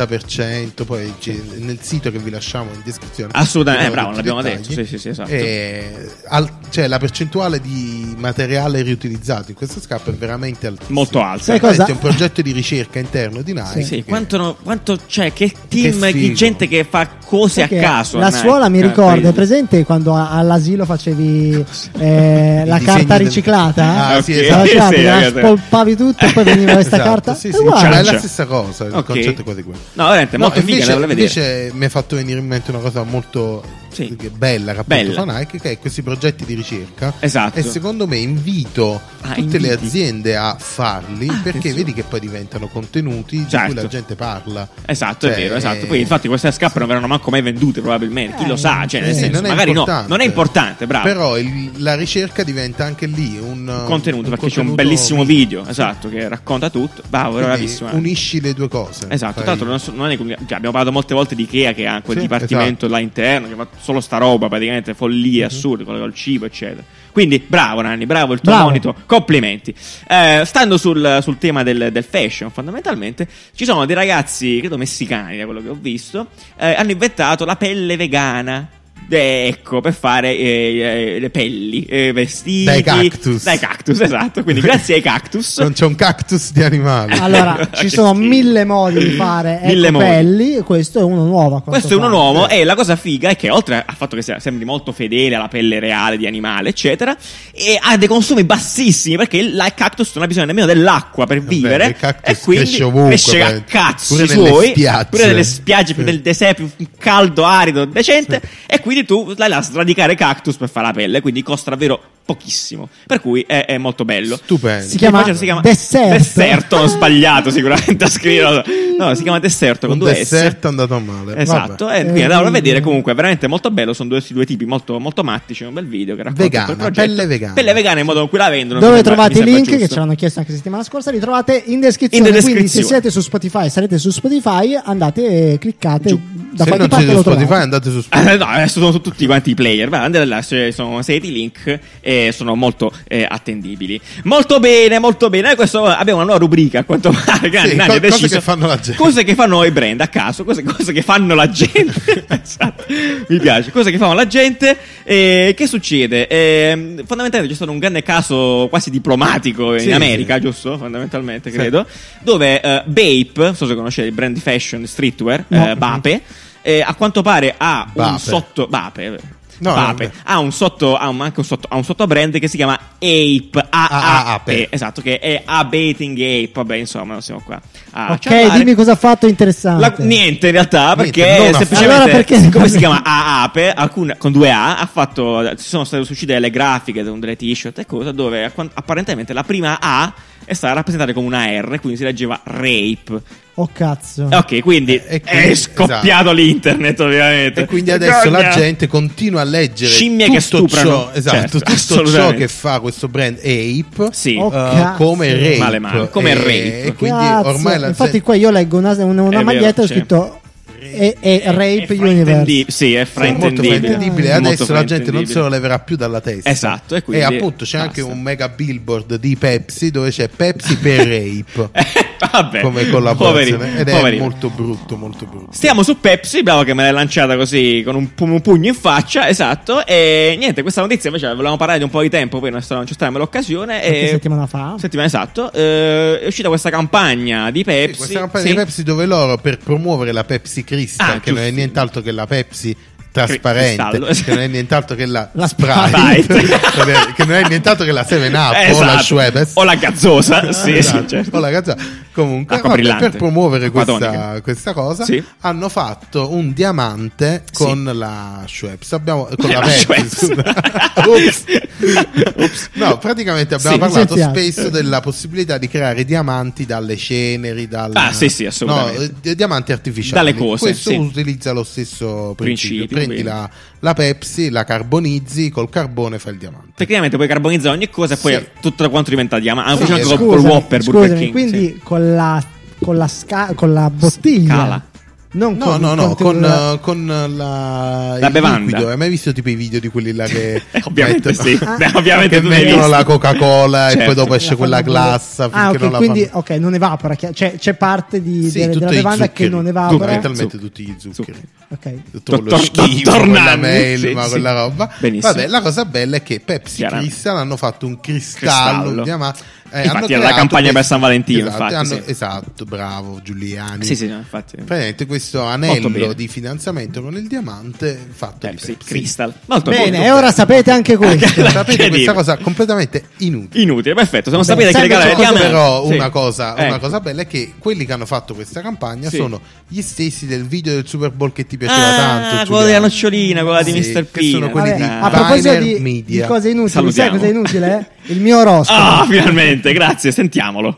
Speaker 3: 90%, poi ci- nel sito che vi lasciamo in descrizione.
Speaker 1: Assolutamente, eh,
Speaker 3: ci sono
Speaker 1: bravo,
Speaker 3: tutti i
Speaker 1: l'abbiamo
Speaker 3: dettagli. Eh,
Speaker 1: detto. Sì, sì, sì, esatto.
Speaker 3: E al- cioè, la percentuale di materiale riutilizzato in queste scarpe è veramente altissima.
Speaker 1: Molto alto.
Speaker 2: Sai
Speaker 3: Veramente
Speaker 2: cosa?
Speaker 3: È un progetto di ricerca interno di Nike.
Speaker 2: Sì,
Speaker 1: Sì,
Speaker 3: che-
Speaker 1: quanto, no- quanto c'è, che team,
Speaker 3: Che
Speaker 1: di
Speaker 3: figo.
Speaker 1: gente che fa cose
Speaker 2: Perché
Speaker 1: a caso.
Speaker 2: La
Speaker 1: Nike,
Speaker 2: suola mi
Speaker 1: eh,
Speaker 2: ricorda,
Speaker 1: per-
Speaker 2: è presente quando a- all'asilo facevi eh,
Speaker 3: I
Speaker 2: la
Speaker 3: disegni
Speaker 2: carta
Speaker 3: del-
Speaker 2: riciclata?
Speaker 3: Ah, sì,
Speaker 1: Ok.
Speaker 2: Te la
Speaker 3: esatto.
Speaker 2: facevi,
Speaker 1: Sì,
Speaker 2: la
Speaker 1: ragazzi.
Speaker 2: spolpavi tutto e poi veniva questa
Speaker 3: Esatto,
Speaker 2: carta?
Speaker 3: sì,
Speaker 2: È
Speaker 3: sì,
Speaker 2: uguale.
Speaker 3: cioè, è
Speaker 1: Cioè.
Speaker 3: la stessa cosa, il
Speaker 1: Ok.
Speaker 3: concetto è quasi quello.
Speaker 1: No, veramente,
Speaker 3: No,
Speaker 1: molto figa,
Speaker 3: invece,
Speaker 1: da vedere.
Speaker 3: invece mi ha fatto venire in mente una cosa molto
Speaker 1: Sì.
Speaker 3: che- bella che appunto
Speaker 1: Bella.
Speaker 3: fa Nike, che è questi progetti di ricerca.
Speaker 1: Esatto.
Speaker 3: E secondo me invito
Speaker 1: Ah,
Speaker 3: tutte le
Speaker 1: inviti.
Speaker 3: aziende a farli
Speaker 1: Ah,
Speaker 3: perché
Speaker 1: attenzione.
Speaker 3: vedi che poi diventano contenuti di
Speaker 1: Certo.
Speaker 3: cui la gente parla.
Speaker 1: Esatto,
Speaker 3: Cioè,
Speaker 1: è vero, esatto. Poi infatti queste scarpe non verranno manco mai vendute probabilmente, chi
Speaker 2: Eh,
Speaker 1: lo sa, cioè nel
Speaker 2: sì,
Speaker 1: senso,
Speaker 3: non è
Speaker 1: magari no,
Speaker 3: importante.
Speaker 1: non è importante, bravo.
Speaker 3: Però il- la ricerca diventa anche lì un un
Speaker 1: contenuto, perché c'è un
Speaker 3: contenuto-
Speaker 1: bellissimo video, esatto, che racconta tutto. Bravo,
Speaker 3: Quindi
Speaker 1: bravissimo. eh.
Speaker 3: Unisci le due cose.
Speaker 1: Esatto,
Speaker 3: Fai-
Speaker 1: tra l'altro non so- non è- cioè, abbiamo parlato molte volte di Ikea che ha quel
Speaker 3: Sì,
Speaker 1: dipartimento là interno che fa solo sta roba praticamente follia, assurda, quello col cibo eccetera. Quindi bravo Nanni, bravo il tuo
Speaker 2: Bravo.
Speaker 1: monito, complimenti. Eh, stando sul, sul tema del, del fashion fondamentalmente, ci sono dei ragazzi, credo messicani da quello che ho visto, eh, hanno inventato la pelle vegana. Eh, Ecco, per fare eh, eh, le pelli, eh, vestiti
Speaker 3: Dai cactus.
Speaker 1: Dai cactus, esatto. Quindi, grazie ai cactus,
Speaker 3: Non c'è un cactus di animale.
Speaker 1: Ah,
Speaker 2: Allora,
Speaker 1: Che
Speaker 2: ci sono
Speaker 1: schifo.
Speaker 2: mille modi di fare ecco,
Speaker 1: Mille modi.
Speaker 2: pelli e questo è uno nuovo. a quanto
Speaker 1: Questo è uno
Speaker 2: pare.
Speaker 1: nuovo e la cosa figa è che oltre al fatto che sia- sembri molto fedele alla pelle reale di animale, eccetera, e ha dei consumi bassissimi perché il la- il cactus non ha bisogno nemmeno dell'acqua per
Speaker 3: Vabbè,
Speaker 1: vivere
Speaker 3: il cactus
Speaker 1: e quindi
Speaker 3: cresce ovunque,
Speaker 1: cresce a
Speaker 3: poi.
Speaker 1: cazzo
Speaker 3: Pure nelle
Speaker 1: suoi,
Speaker 3: spiagge.
Speaker 1: pure nelle spiagge, pure
Speaker 3: Sì.
Speaker 1: nel deserto più caldo, arido, decente e quindi tu la lasci sradicare cactus per fare la pelle, quindi costa davvero pochissimo, per cui è, è molto bello.
Speaker 3: Stupendo.
Speaker 2: Si chiama,
Speaker 1: Immagino si chiama
Speaker 2: Desserto.
Speaker 1: Desserto, ho sbagliato sicuramente a scriverlo. No, si chiama Desserto con
Speaker 3: un
Speaker 1: due S.
Speaker 3: dessert è andato a male.
Speaker 1: Esatto,
Speaker 3: Vabbè.
Speaker 1: e quindi
Speaker 2: Eh,
Speaker 1: andavano a vedere comunque, è veramente molto bello, sono due, due tipi molto, molto matti, c'è un bel video che racconta
Speaker 3: Vegana,
Speaker 1: quel progetto.
Speaker 3: pelle vegana.
Speaker 1: Pelle vegana in modo in cui la vendono. mi
Speaker 2: Dove
Speaker 1: sembra-
Speaker 2: trovate i
Speaker 1: mi sembra
Speaker 2: link che
Speaker 1: giusto.
Speaker 2: ce l'hanno chiesto anche settimana scorsa, li trovate in descrizione.
Speaker 1: In
Speaker 2: Quindi se
Speaker 1: descrizione.
Speaker 2: siete su Spotify, sarete su Spotify, andate e cliccate
Speaker 1: Giù.
Speaker 2: da
Speaker 3: Se
Speaker 2: qualche
Speaker 3: non
Speaker 2: parte
Speaker 3: siete su
Speaker 2: lo
Speaker 3: Spotify,
Speaker 2: trovate.
Speaker 3: andate su Spotify.
Speaker 1: Ah, no, adesso sono su tutti quanti i player. Va, andate là, cioè, sono sedi link e sono molto eh, attendibili. Molto bene, molto bene. Noi Questo, abbiamo una nuova rubrica, a quanto pare. Nanni, Nanni
Speaker 3: co-
Speaker 1: ha
Speaker 3: cose
Speaker 1: deciso-
Speaker 3: che fanno la gente.
Speaker 1: Cose che fanno i brand a caso, cose, cose che fanno la gente. Esatto. Mi piace, cose che fanno la gente. Eh, che succede? Ehm, fondamentalmente c'è stato un grande caso quasi diplomatico in
Speaker 3: Sì,
Speaker 1: America,
Speaker 3: sì.
Speaker 1: giusto? Fondamentalmente,
Speaker 3: Sì.
Speaker 1: credo. Dove eh, Bape, non so se conoscete il brand di fashion streetwear,
Speaker 2: No.
Speaker 1: eh, Bape. eh, a quanto pare ha un
Speaker 3: Bape.
Speaker 1: sotto Bape.
Speaker 3: No,
Speaker 1: Bape.
Speaker 3: no, no.
Speaker 1: ha un sotto ha un- anche un sotto ha un sottobrand che si chiama Ape
Speaker 3: AAP.
Speaker 1: AAP esatto che è a baiting ape vabbè insomma non siamo qua a
Speaker 2: Ok,
Speaker 1: ciambare.
Speaker 2: dimmi cosa ha fatto
Speaker 1: La-
Speaker 2: interessante.
Speaker 1: niente in realtà
Speaker 3: Niente,
Speaker 1: perché
Speaker 3: non ha
Speaker 1: semplicemente
Speaker 2: fatto. Allora perché-
Speaker 1: come si chiama AAP alcune- con due A ha fatto ci sono state succede delle grafiche con delle t-shirt e cosa dove acqua- apparentemente la prima A è stata rappresentata come una R quindi si leggeva rape
Speaker 2: Oh cazzo.
Speaker 1: Ah. ok quindi
Speaker 3: Eh,
Speaker 1: è
Speaker 3: e quindi-
Speaker 1: scoppiato
Speaker 3: esatto.
Speaker 1: l'internet ovviamente
Speaker 3: E quindi adesso la
Speaker 1: Vergogna.
Speaker 3: gente continua a leggere
Speaker 1: eh, Scimmie
Speaker 3: tutto
Speaker 1: che stuprano.
Speaker 3: ciò, esatto,
Speaker 1: Certo,
Speaker 3: tutto ciò
Speaker 1: assolutamente.
Speaker 3: che fa questo brand Ape
Speaker 1: sì
Speaker 2: Oh,
Speaker 3: eh,
Speaker 2: cazzo.
Speaker 3: come rape.
Speaker 1: Male, male, come
Speaker 3: E-
Speaker 1: rape.
Speaker 3: E quindi
Speaker 2: Cazzo.
Speaker 3: ormai la
Speaker 2: Infatti
Speaker 3: gente
Speaker 2: qua io leggo una, una- una
Speaker 1: È vero,
Speaker 2: maglietta e ho scritto e, e
Speaker 1: È
Speaker 2: Rape Universe.
Speaker 1: fraintendib- Sì, è
Speaker 3: è molto
Speaker 1: fraintendibile.
Speaker 3: fraintendibile.
Speaker 1: Molto
Speaker 3: Adesso la gente non se lo
Speaker 1: fraintendibile.
Speaker 3: leverà più dalla testa.
Speaker 1: Esatto, e quindi
Speaker 3: appunto c'è anche
Speaker 1: basta.
Speaker 3: un mega billboard di Pepsi dove c'è Pepsi per Rape
Speaker 1: Eh, Vabbè,
Speaker 3: come collaborazione.
Speaker 1: poverino,
Speaker 3: Ed è
Speaker 1: poverino.
Speaker 3: molto brutto, molto brutto.
Speaker 1: Stiamo su Pepsi, bravo che me l'hai lanciata così con un, pu- un pugno in faccia, esatto. E niente, questa notizia invece la volevamo parlare di un po' di tempo, poi non, sta- non c'è stata l'occasione.
Speaker 2: Qualche
Speaker 1: E...
Speaker 2: settimana fa.
Speaker 1: Settimana esatto. eh, è uscita questa campagna di Pepsi.
Speaker 3: Sì, questa campagna
Speaker 1: sì.
Speaker 3: di Pepsi dove loro per promuovere la Pepsi Crystal,
Speaker 1: Ah,
Speaker 3: che non è
Speaker 1: giusto.
Speaker 3: nient'altro che la Pepsi trasparente,
Speaker 1: cristallo.
Speaker 3: che non è nient'altro che la,
Speaker 2: La
Speaker 3: Sprite,
Speaker 1: Sprite.
Speaker 3: Vabbè, che non è nient'altro che la 7-Up Ah, o la
Speaker 1: Esatto.
Speaker 3: Schweppes.
Speaker 1: O la gazzosa, sì,
Speaker 3: Esatto.
Speaker 1: sì, certo.
Speaker 3: Con la cazza- Comunque,
Speaker 1: Acqua
Speaker 3: vabbè,
Speaker 1: brillante.
Speaker 3: per promuovere
Speaker 1: Acqua
Speaker 3: questa,
Speaker 1: tonica.
Speaker 3: questa cosa,
Speaker 1: Sì.
Speaker 3: hanno fatto un diamante
Speaker 1: Sì.
Speaker 3: con la Schweppes. Abbiamo, con
Speaker 1: La
Speaker 3: la, Pepsi,
Speaker 1: Schweppes.
Speaker 3: scusa. Ups. No, praticamente abbiamo
Speaker 1: Sì.
Speaker 3: parlato
Speaker 2: Essenziale.
Speaker 3: spesso della possibilità di creare diamanti dalle ceneri, dalle,
Speaker 1: Ah, sì, sì, assolutamente.
Speaker 3: no, eh, diamanti artificiali.
Speaker 1: Dalle cose,
Speaker 3: Questo
Speaker 1: sì.
Speaker 3: utilizza lo stesso principio.
Speaker 1: Principio,
Speaker 3: Prendi
Speaker 1: quindi.
Speaker 3: la, la Pepsi, la carbonizzi, col carbone fai il diamante.
Speaker 1: Tecnicamente puoi carbonizzare ogni cosa e poi
Speaker 3: Sì.
Speaker 1: tutto quanto diventa diamante. Hanno
Speaker 3: Sì,
Speaker 1: fatto anche
Speaker 3: esatto.
Speaker 1: col- col
Speaker 2: Scusami,
Speaker 1: Whopper, Burger
Speaker 2: scusami,
Speaker 1: King.
Speaker 2: quindi
Speaker 1: sì.
Speaker 2: con la con la, sca- con la bottiglia.
Speaker 1: Scala.
Speaker 2: Non
Speaker 3: No,
Speaker 2: con,
Speaker 3: no, no, con,
Speaker 2: la-
Speaker 3: eh, con la,
Speaker 1: La
Speaker 3: il
Speaker 1: bevanda.
Speaker 3: liquido. Hai mai visto tipo i video di quelli là che
Speaker 1: Eh, ovviamente
Speaker 3: mettono,
Speaker 1: sì. Beh, ovviamente
Speaker 3: che
Speaker 1: tu l'hai
Speaker 3: mettono
Speaker 1: visto.
Speaker 3: Ah. la Coca-Cola e
Speaker 1: Certo.
Speaker 3: poi dopo esce
Speaker 2: la
Speaker 3: quella
Speaker 2: fanno bollire.
Speaker 3: glassa finché
Speaker 2: Ah, ok,
Speaker 3: non la
Speaker 2: quindi
Speaker 3: fanno.
Speaker 2: ok, non evapora, chi- cioè, c'è parte di,
Speaker 3: Sì,
Speaker 2: della-
Speaker 3: tutti
Speaker 2: della
Speaker 3: i
Speaker 2: bevanda che
Speaker 3: zuccheri.
Speaker 2: non evapora.
Speaker 1: Zuccheri.
Speaker 3: Fondamentalmente tutti gli zuccheri.
Speaker 2: Ok.
Speaker 3: Tutto quello
Speaker 1: Dottor-
Speaker 3: schifo,
Speaker 1: Dottor
Speaker 3: quella
Speaker 1: Nanni,
Speaker 3: melma,
Speaker 1: sì, sì.
Speaker 3: quella roba.
Speaker 1: Benissimo.
Speaker 3: Vabbè, la cosa bella è che Pepsi
Speaker 1: Chiaramente.
Speaker 3: Crystal hanno fatto un cristallo.
Speaker 1: Cristallo.
Speaker 3: diamante. Eh,
Speaker 1: Infatti
Speaker 3: hanno
Speaker 1: era la
Speaker 3: creato
Speaker 1: campagna per
Speaker 3: questo-
Speaker 1: San Valentino,
Speaker 3: Esatto,
Speaker 1: infatti,
Speaker 3: hanno-
Speaker 1: sì.
Speaker 3: esatto, bravo Giuliani.
Speaker 1: Sì, sì, no, infatti.
Speaker 3: Praticamente questo
Speaker 1: Molto
Speaker 3: anello
Speaker 1: bene.
Speaker 3: di finanziamento con il diamante fatto
Speaker 1: Pepsi,
Speaker 3: di Pepsi.
Speaker 1: Crystal. Molto
Speaker 2: Bene,
Speaker 1: bene.
Speaker 2: e ora sapete anche questo.
Speaker 1: Che
Speaker 3: Sapete
Speaker 1: dire?
Speaker 3: questa cosa completamente inutile.
Speaker 1: Inutile, perfetto. Se non
Speaker 2: Beh,
Speaker 1: sapete che
Speaker 2: sempre
Speaker 1: regalare
Speaker 2: c'è
Speaker 1: diamante.
Speaker 3: Però
Speaker 1: Sì.
Speaker 3: una, cosa, una
Speaker 1: Ecco.
Speaker 3: cosa bella è che quelli che hanno fatto questa campagna
Speaker 1: Sì.
Speaker 3: sono gli stessi del video del Super Bowl che ti piaceva
Speaker 1: Ah,
Speaker 3: tanto.
Speaker 1: quella della
Speaker 3: Giuliano.
Speaker 1: nocciolina, quella di Eh.
Speaker 3: Sì,
Speaker 1: Mr.
Speaker 3: che
Speaker 1: P.
Speaker 3: sono quelli
Speaker 2: Vabbè,
Speaker 3: di
Speaker 2: a proposito
Speaker 3: Diner
Speaker 2: di, di
Speaker 3: Media.
Speaker 2: cose inutili,
Speaker 1: Salutiamo.
Speaker 2: sai cosa è inutile? Il mio oroscopo.
Speaker 1: Ah, finalmente, grazie, sentiamolo.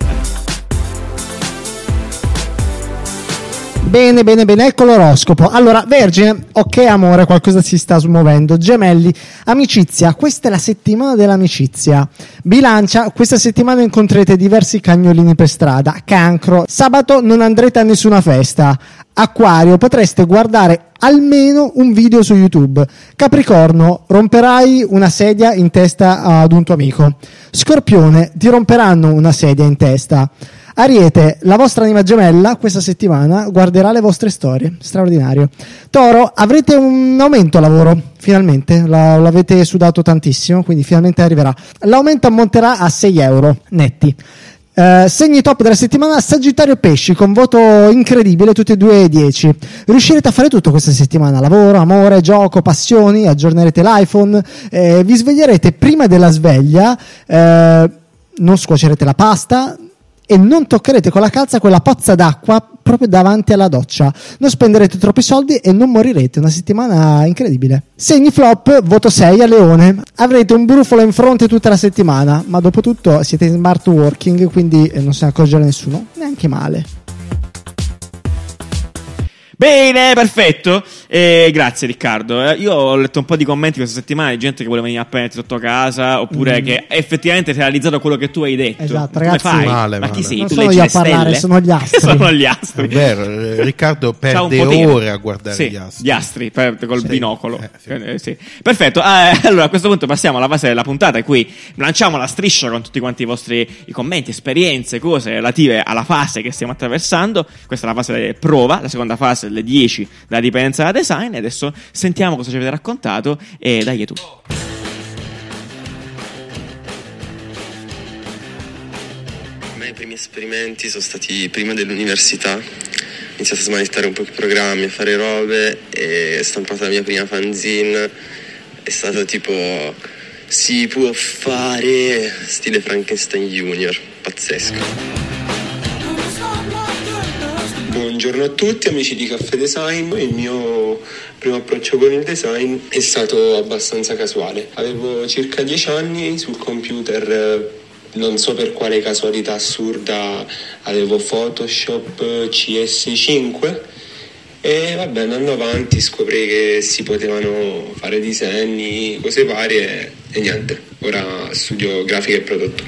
Speaker 2: Bene, bene, bene, ecco l'oroscopo. Allora, Vergine, ok amore, qualcosa si sta smuovendo. Gemelli, amicizia, questa è la settimana dell'amicizia. Bilancia, questa settimana incontrerete diversi cagnolini per strada. Cancro, sabato non andrete a nessuna festa. Acquario, potreste guardare almeno un video su YouTube. Capricorno, romperai una sedia in testa ad un tuo amico. Scorpione, ti romperanno una sedia in testa. Ariete, la vostra anima gemella questa settimana guarderà le vostre storie, straordinario. Toro, avrete un aumento al lavoro, finalmente, La- l'avete sudato tantissimo, quindi finalmente arriverà. L'aumento ammonterà a 6 euro netti. Eh, segni top della settimana Sagittario e Pesci con voto incredibile tutti e due e 10 riuscirete a fare tutto questa settimana lavoro, amore, gioco, passioni aggiornerete l'iPhone eh, vi sveglierete prima della sveglia eh, non scuocerete la pasta e non toccherete con la calza quella pozza d'acqua proprio davanti alla doccia. Non spenderete troppi soldi e non morirete. Una settimana incredibile. Segni flop, voto 6 a Leone. Avrete un brufolo in fronte tutta la settimana, ma dopo tutto siete in smart working, quindi eh, non se ne accorgerà nessuno. Neanche male.
Speaker 1: Bene, perfetto. Eh, grazie Riccardo. Eh, io ho letto un po' di commenti questa settimana di gente che vuole venire a prenderti sotto casa oppure che effettivamente si è realizzato quello che tu hai detto.
Speaker 2: Mm-hmm. Esatto,
Speaker 1: Come
Speaker 2: ragazzi,
Speaker 1: fai?
Speaker 3: Male,
Speaker 1: Ma chi
Speaker 3: male.
Speaker 1: sei?
Speaker 2: Non
Speaker 1: tu
Speaker 2: sono
Speaker 1: leggi
Speaker 2: io a
Speaker 1: le
Speaker 2: parlare,
Speaker 1: stelle?
Speaker 2: sono gli astri.
Speaker 1: sono gli
Speaker 3: È
Speaker 1: astri.
Speaker 3: vero, eh, Riccardo
Speaker 1: C'ha un
Speaker 3: perde
Speaker 1: potere.
Speaker 3: ore a guardare
Speaker 1: Sì,
Speaker 3: gli astri.
Speaker 1: per- col
Speaker 3: Sì.
Speaker 1: binocolo.
Speaker 3: Eh, sì.
Speaker 1: Eh, sì. Perfetto, eh, allora a questo punto passiamo alla fase della puntata in cui lanciamo la striscia con tutti quanti i vostri i commenti, esperienze, cose relative alla fase che stiamo attraversando. Questa è la fase de- prova, la seconda fase, le 10 della dipendenza da design. E adesso sentiamo cosa ci avete raccontato e dai tu.
Speaker 7: A me i primi esperimenti sono stati prima dell'università. Ho iniziato a smanettare un po' i programmi, a fare robe e ho stampato la mia prima fanzine. È stato tipo si può fare stile Frankenstein Junior, pazzesco.
Speaker 5: Buongiorno a tutti amici di Caffè Design, il mio primo approccio con il design è stato abbastanza casuale. Avevo circa 10 anni sul computer, eh, non so per quale casualità assurda, avevo Photoshop eh, CS5 e vabbè andando avanti scoprì che si potevano fare disegni, cose varie e niente, ora studio grafica e prodotto.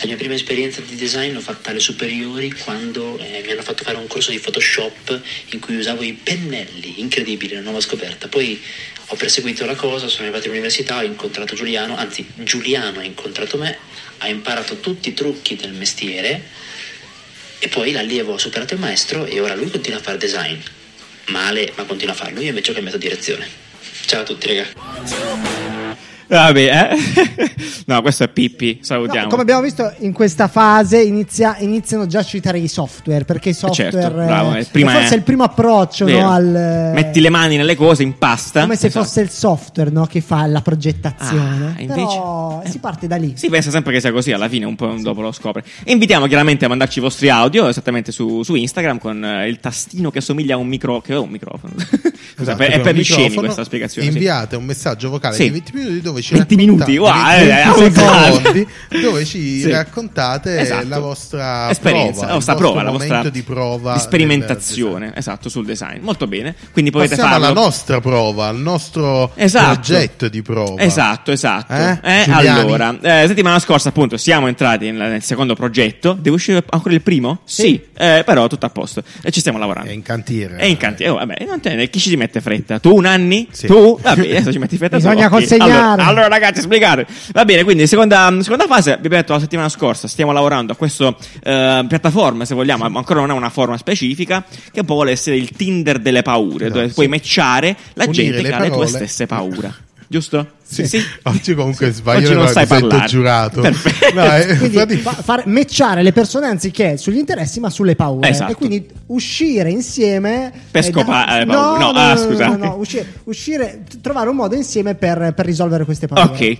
Speaker 8: La mia prima esperienza di design l'ho fatta alle superiori quando eh, mi hanno fatto fare un corso di Photoshop in cui usavo i pennelli, incredibile, una nuova scoperta. Poi ho perseguito la cosa, sono arrivato all'università, ho incontrato Giuliano, anzi Giuliano ha incontrato me, ha imparato tutti i trucchi del mestiere e poi l'allievo ha superato il maestro e ora lui continua a fare design. Male, ma continua a farlo, io invece ho cambiato direzione. Ciao a tutti ragazzi.
Speaker 1: Vabbè, eh? no, questo è Pippi, salutiamo.
Speaker 2: No, come abbiamo visto in questa fase inizia- iniziano già a citare i software perché i software
Speaker 1: Certo, bravo,
Speaker 2: eh,
Speaker 1: eh, prima
Speaker 2: è forse
Speaker 1: è-
Speaker 2: il primo approccio
Speaker 1: Vero.
Speaker 2: no, al eh,
Speaker 1: Metti le mani nelle cose, impasta.
Speaker 2: come se
Speaker 1: Esatto.
Speaker 2: fosse il software no, che fa la progettazione
Speaker 1: Ah, invece-
Speaker 2: però
Speaker 1: eh.
Speaker 2: si parte da lì
Speaker 1: Si pensa sempre che sia così, alla fine un po' dopo lo scopre. E invitiamo chiaramente a mandarci i vostri audio esattamente su, su Instagram con eh, il tastino che assomiglia a un micro che è un microfono. Scusa,
Speaker 3: Esatto,
Speaker 1: per- è
Speaker 3: abbiamo
Speaker 1: per
Speaker 3: un
Speaker 1: gli scemi
Speaker 3: microfono,
Speaker 1: questa spiegazione. sì.
Speaker 3: Inviate un messaggio vocale
Speaker 1: Sì.
Speaker 3: di 20 minuti dove ci
Speaker 1: 20
Speaker 3: raccontate-
Speaker 1: minuti, wow,
Speaker 3: di
Speaker 1: eh,
Speaker 3: 20
Speaker 1: ascoltate.
Speaker 3: secondi, dove ci
Speaker 1: Sì.
Speaker 3: raccontate
Speaker 1: Esatto.
Speaker 3: la vostra
Speaker 1: esperienza,
Speaker 3: prova,
Speaker 1: la vostra
Speaker 3: il vostro
Speaker 1: prova, la vostra
Speaker 3: momento di prova
Speaker 1: di
Speaker 3: del
Speaker 1: sperimentazione, esatto, sul design. Molto bene. Quindi potete
Speaker 3: Passiamo
Speaker 1: farlo
Speaker 3: alla nostra prova, al nostro
Speaker 1: Esatto.
Speaker 3: progetto di prova.
Speaker 1: Esatto, esatto.
Speaker 3: Eh?
Speaker 1: Eh,
Speaker 3: Giuliani?
Speaker 1: allora, eh, settimana scorsa, appunto, siamo entrati nel, nel secondo progetto. Devo uscire ancora il primo? Sì, Eh, però tutto a posto. E ci stiamo lavorando.
Speaker 3: È in cantiere.
Speaker 1: È in cantiere, oh, vabbè, non te ne- chi ci mette fretta? Tu, Nanni?
Speaker 3: Sì.
Speaker 1: Tu? Vabbè, adesso ci metti fretta. tu,
Speaker 2: Bisogna
Speaker 1: ok.
Speaker 2: consegnare.
Speaker 1: Allora, allora, ragazzi, spiegate. Va bene, quindi, seconda, seconda fase, abbiamo detto la settimana scorsa, stiamo lavorando a questa piattaforma, se vogliamo, ma ancora non ha una forma specifica, che un po' vuole essere il Tinder delle paure,
Speaker 3: Esatto,
Speaker 1: dove
Speaker 3: sì.
Speaker 1: puoi matchare la
Speaker 3: Unire
Speaker 1: gente
Speaker 3: le
Speaker 1: che ha le tue
Speaker 3: parole.
Speaker 1: stesse paure. Giusto?
Speaker 3: Sì. Oggi comunque sbaglio,
Speaker 1: Oggi non
Speaker 3: però mi
Speaker 1: sai
Speaker 3: sento
Speaker 1: parlare.
Speaker 3: giurato.
Speaker 1: Perfetto.
Speaker 3: No, eh,
Speaker 2: quindi
Speaker 3: infatti-
Speaker 2: fa- far matchare le persone anziché sugli interessi ma sulle paure
Speaker 1: Esatto.
Speaker 2: e quindi uscire insieme
Speaker 1: Per
Speaker 2: eh,
Speaker 1: scopare le paure. No, ah, scusate.
Speaker 2: no, no, uscire, uscire- t- trovare un modo insieme per, per risolvere queste paure
Speaker 1: Ok.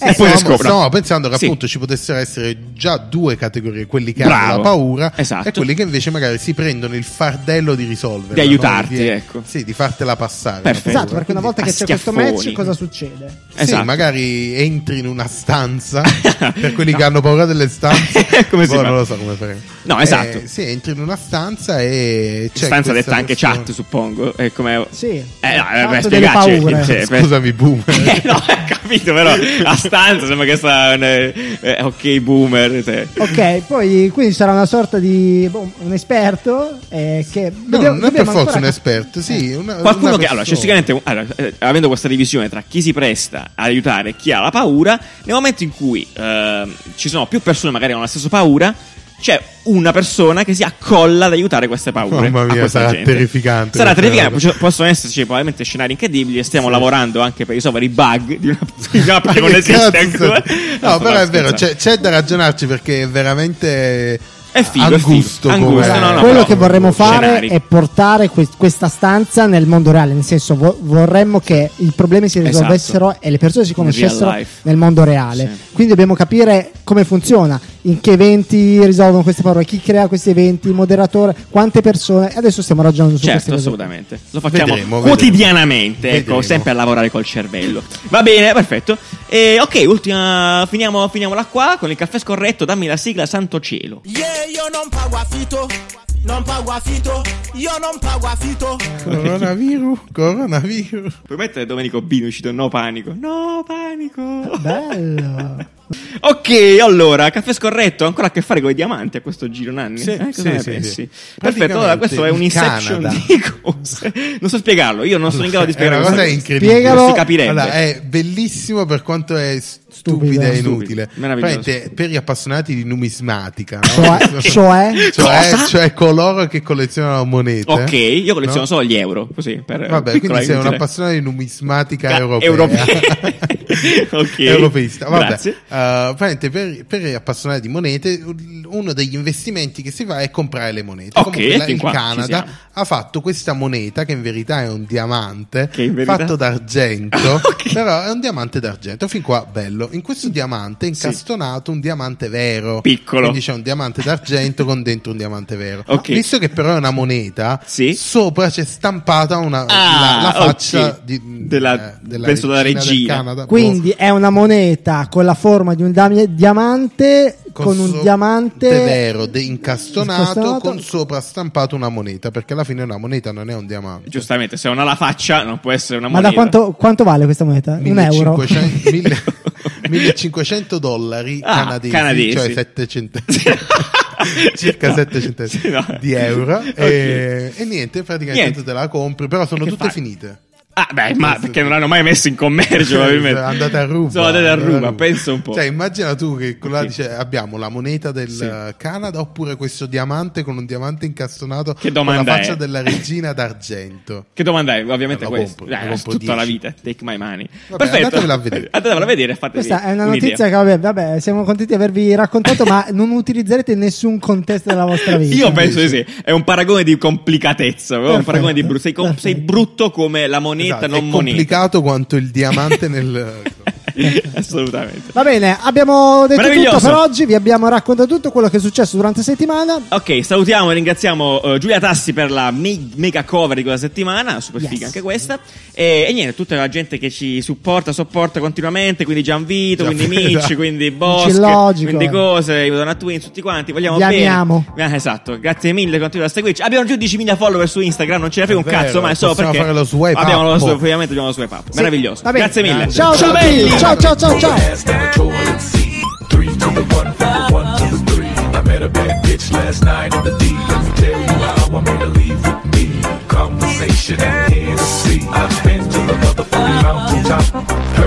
Speaker 2: Eh,
Speaker 1: e poi
Speaker 3: Stavamo-
Speaker 1: si scopre.
Speaker 3: stavamo pensando che
Speaker 1: Sì.
Speaker 3: appunto ci potessero essere già due categorie, quelli che hanno
Speaker 1: Bravo.
Speaker 3: la paura
Speaker 1: Esatto.
Speaker 3: e quelli che invece magari si prendono il fardello di risolverla.
Speaker 1: Di
Speaker 3: no?
Speaker 1: aiutarti,
Speaker 3: Di-
Speaker 1: ecco.
Speaker 3: Sì, di fartela passare.
Speaker 1: Perfetto.
Speaker 2: esatto perché una volta
Speaker 1: A
Speaker 2: che c'è questo
Speaker 1: schiaffoni.
Speaker 2: match cosa succede?
Speaker 3: Sì,
Speaker 1: Esatto.
Speaker 3: magari entri in una stanza per quelli che hanno paura delle stanze.
Speaker 1: Come si
Speaker 3: boh,
Speaker 1: fa?
Speaker 3: Non lo so come fare. Eh,
Speaker 1: No, esatto.
Speaker 3: sì, entri in una stanza e c'è
Speaker 1: stanza
Speaker 3: questa
Speaker 1: detta anche
Speaker 3: persona-
Speaker 1: chat, suppongo. È come...
Speaker 2: Sì.
Speaker 1: Eh, no, eh,
Speaker 2: Tanto
Speaker 1: beh,
Speaker 2: delle
Speaker 1: spiegarci.
Speaker 2: paure.
Speaker 1: cioè, per-
Speaker 3: Scusami, boomer.
Speaker 1: Eh, no, ho capito, però a stanza sembra che sta un, eh, eh, ok boomer. cioè.
Speaker 2: Ok, poi quindi sarà una sorta di boh, un esperto eh, che
Speaker 3: No,
Speaker 2: dobbiamo-
Speaker 3: non è per
Speaker 2: dobbiamo ancora
Speaker 3: forza un
Speaker 2: cap-
Speaker 3: esperto, sì, una-
Speaker 1: Qualcuno
Speaker 3: una
Speaker 1: che, allora, cioè, c'è
Speaker 3: persona.
Speaker 1: sicuramente, allora, eh, avendo questa divisione tra chi si presta ad aiutare e chi ha la paura, nel momento in cui ehm, ci sono più persone magari che hanno la stessa paura, c'è una persona che si accolla ad aiutare queste paure.
Speaker 3: Mamma
Speaker 1: a
Speaker 3: mia,
Speaker 1: questa
Speaker 3: sarà
Speaker 1: gente.
Speaker 3: terrificante
Speaker 1: Sarà
Speaker 3: questa
Speaker 1: terrificante,
Speaker 3: roba.
Speaker 1: ci- possono esserci cioè, probabilmente scenari incredibili e stiamo lavorando anche per risolvere i bug di una, di una app che non
Speaker 3: Che
Speaker 1: esiste
Speaker 3: cazzo?
Speaker 1: ancora.
Speaker 3: No,
Speaker 1: sto
Speaker 3: però è vero,
Speaker 1: scherzando.
Speaker 3: cioè, c'è, c'è da ragionarci perché è veramente
Speaker 1: È figo, è figo.
Speaker 3: angusto. come-
Speaker 1: Angusto, no, no,
Speaker 2: Quello
Speaker 1: però-
Speaker 2: che vorremmo fare
Speaker 1: Scenari.
Speaker 2: è portare que- questa stanza nel mondo reale, nel senso vo- vorremmo che i problemi si
Speaker 1: Esatto.
Speaker 2: risolvessero e le persone si
Speaker 1: In
Speaker 2: conoscessero
Speaker 1: real life.
Speaker 2: nel mondo reale.
Speaker 1: Sì.
Speaker 2: Quindi dobbiamo capire come funziona, in che eventi risolvono queste parole, chi crea questi eventi, il moderatore, quante persone. Adesso stiamo ragionando su
Speaker 1: Certo,
Speaker 2: queste cose.
Speaker 1: assolutamente. Lo facciamo
Speaker 3: Vedremo,
Speaker 1: quotidianamente,
Speaker 3: vedremo.
Speaker 1: ecco,
Speaker 3: Vedremo.
Speaker 1: sempre a lavorare col cervello. Va bene, perfetto. E, ok, ultima, finiamo, finiamola qua con il caffè scorretto. Dammi la sigla Santo Cielo.
Speaker 9: Yeah, io non pago affitto, non pago affitto, io non pago affitto.
Speaker 3: Coronavirus, coronavirus.
Speaker 1: Puoi mettere Domenico Bino uscito No Panico. No Panico.
Speaker 2: Bello.
Speaker 1: ok, allora, caffè scorretto. Ancora a che fare con i diamanti a questo giro, Nanni?
Speaker 3: Sì,
Speaker 1: Eh, cosa
Speaker 3: sì,
Speaker 1: ne
Speaker 3: sì,
Speaker 1: pensi?
Speaker 3: sì.
Speaker 1: Perfetto, allora questo è un
Speaker 3: Praticamente in
Speaker 1: inception di cose. Non so spiegarlo, io non sono in grado di
Speaker 3: È
Speaker 1: spiegare
Speaker 3: una
Speaker 1: questa
Speaker 3: cosa
Speaker 1: cosa.
Speaker 3: incredibile.
Speaker 2: Spiegalo.
Speaker 1: Non si ecco. capirebbe.
Speaker 3: Allora, è bellissimo per quanto è
Speaker 2: Stupido.
Speaker 3: stupida e
Speaker 1: Stupido.
Speaker 3: inutile.
Speaker 1: Meraviglioso.
Speaker 3: Praticamente per gli appassionati di numismatica, no?
Speaker 2: Cioè, cioè?
Speaker 1: Cosa?
Speaker 3: cioè, cioè coloro che collezionano monete.
Speaker 1: Ok, io colleziono
Speaker 3: No?
Speaker 1: solo gli euro, così per
Speaker 3: Vabbè, quindi sei un
Speaker 1: una
Speaker 3: appassionato di numismatica europea.
Speaker 1: ok.
Speaker 3: Europeista, vabbè.
Speaker 1: Grazie.
Speaker 3: Eh, praticamente per, per appassionati di monete, uno degli investimenti che si fa è comprare le monete.
Speaker 1: Ok,
Speaker 3: Comunque, la-
Speaker 1: fin
Speaker 3: il
Speaker 1: qua ci
Speaker 3: Canada
Speaker 1: siamo.
Speaker 3: ha fatto questa moneta che in verità è un diamante
Speaker 1: Che in verità-
Speaker 3: fatto d'argento,
Speaker 1: Ok.
Speaker 3: però è un diamante d'argento. Fin qua bello. In questo diamante è
Speaker 1: Sì.
Speaker 3: incastonato un diamante vero.
Speaker 1: Piccolo.
Speaker 3: Quindi c'è un diamante d'argento con dentro un diamante vero.
Speaker 1: Ok.
Speaker 3: Visto che però è una moneta,
Speaker 1: Sì.
Speaker 3: sopra c'è stampata una
Speaker 1: Ah,
Speaker 3: la, la faccia
Speaker 1: ok.
Speaker 3: di-
Speaker 1: Della-
Speaker 3: eh, della
Speaker 1: penso della
Speaker 3: regina del
Speaker 1: regina.
Speaker 3: Canada.
Speaker 2: Quindi è una moneta con la forma di un dam- diamante
Speaker 3: Boh,
Speaker 2: con, un
Speaker 3: so-
Speaker 2: diamante
Speaker 3: de vero de- incastonato,
Speaker 2: incastonato.
Speaker 3: con sopra stampato una moneta perché alla fine una moneta non è un diamante
Speaker 1: Giustamente, se non ha la faccia non può essere una
Speaker 2: Ma
Speaker 1: moneta.
Speaker 2: da quanto, quanto vale questa moneta? Un euro.
Speaker 3: 1500 mille- 1500 dollari
Speaker 1: Ah,
Speaker 3: canadesi,
Speaker 1: canadesi.
Speaker 3: cioè 7 centesimi circa
Speaker 1: No.
Speaker 3: 7 centesimi
Speaker 1: Sì, no.
Speaker 3: di euro
Speaker 1: Ok.
Speaker 3: e, e niente praticamente
Speaker 1: Niente.
Speaker 3: te la compri però sono
Speaker 1: E che
Speaker 3: tutte
Speaker 1: fai?
Speaker 3: finite
Speaker 1: Ah, beh, ma perché non l'hanno mai messo in commercio, probabilmente.
Speaker 3: Cioè, andate a Ruba.
Speaker 1: Sono andate a
Speaker 3: andate
Speaker 1: Ruba, pensa un po'.
Speaker 3: Cioè, immagina tu che quella
Speaker 1: Sì.
Speaker 3: dice abbiamo la moneta del
Speaker 1: Sì.
Speaker 3: eh, Canada oppure questo diamante con un diamante incastonato
Speaker 1: Che
Speaker 3: con la
Speaker 1: domanda
Speaker 3: faccia
Speaker 1: è?
Speaker 3: della regina d'argento.
Speaker 1: Che domanda è? Ovviamente
Speaker 3: La
Speaker 1: questa.
Speaker 3: compro, la
Speaker 1: Eh,
Speaker 3: compro
Speaker 1: tutta la
Speaker 3: 10.
Speaker 1: vita. Take my money.
Speaker 3: Vabbè,
Speaker 1: Perfetto.
Speaker 3: andatevela a vedere.
Speaker 1: Andatevela a vedere e fatevi
Speaker 2: Questa è una
Speaker 1: un'idea.
Speaker 2: notizia che vabbè, vabbè, siamo contenti di avervi raccontato, ma non utilizzerete in nessun contesto della vostra vita.
Speaker 1: Io penso di sì, è un paragone di complicatezza, un
Speaker 2: Perfetto.
Speaker 1: paragone di brutto. Sei, com- sei
Speaker 2: Perfetto.
Speaker 1: brutto come la moneta,
Speaker 3: Esatto,
Speaker 1: non
Speaker 3: è
Speaker 1: moneta.
Speaker 3: complicato quanto il diamante nel...
Speaker 1: Assolutamente.
Speaker 2: Va bene, abbiamo detto tutto
Speaker 1: Meraviglioso.
Speaker 2: per oggi, vi abbiamo raccontato tutto quello che è successo durante la settimana.
Speaker 1: Ok, salutiamo e ringraziamo eh, Giulia Tassi per la me- mega cover di quella settimana, super
Speaker 2: Yes.
Speaker 1: figa anche questa. E, e niente, tutta la gente che ci supporta, sopporta continuamente, quindi Gianvito,
Speaker 3: Gian-
Speaker 1: quindi Mitch,
Speaker 3: esatto.
Speaker 1: quindi Bosch,
Speaker 2: Logico.
Speaker 1: quindi cose, Madonna Twin, tutti quanti, vogliamo
Speaker 2: Vi
Speaker 1: bene.
Speaker 2: amiamo.
Speaker 1: Eh, esatto, grazie mille, continua a seguirci. Abbiamo giù 10.000 follower su Instagram, non ce ne frega
Speaker 3: È
Speaker 1: un
Speaker 3: vero,
Speaker 1: cazzo, ma è solo
Speaker 3: possiamo
Speaker 1: perché
Speaker 3: fare lo swipe
Speaker 1: abbiamo
Speaker 3: up.
Speaker 1: lo swipe, ovviamente abbiamo lo swipe up. Meraviglioso.
Speaker 2: Va bene.
Speaker 1: Grazie mille.
Speaker 2: Ciao, ciao, a tutti.
Speaker 1: belli.
Speaker 2: ciao, ciao, ciao, ciao.
Speaker 10: Conversation and Hennessy. I've been to the motherfucking mountaintop. Heard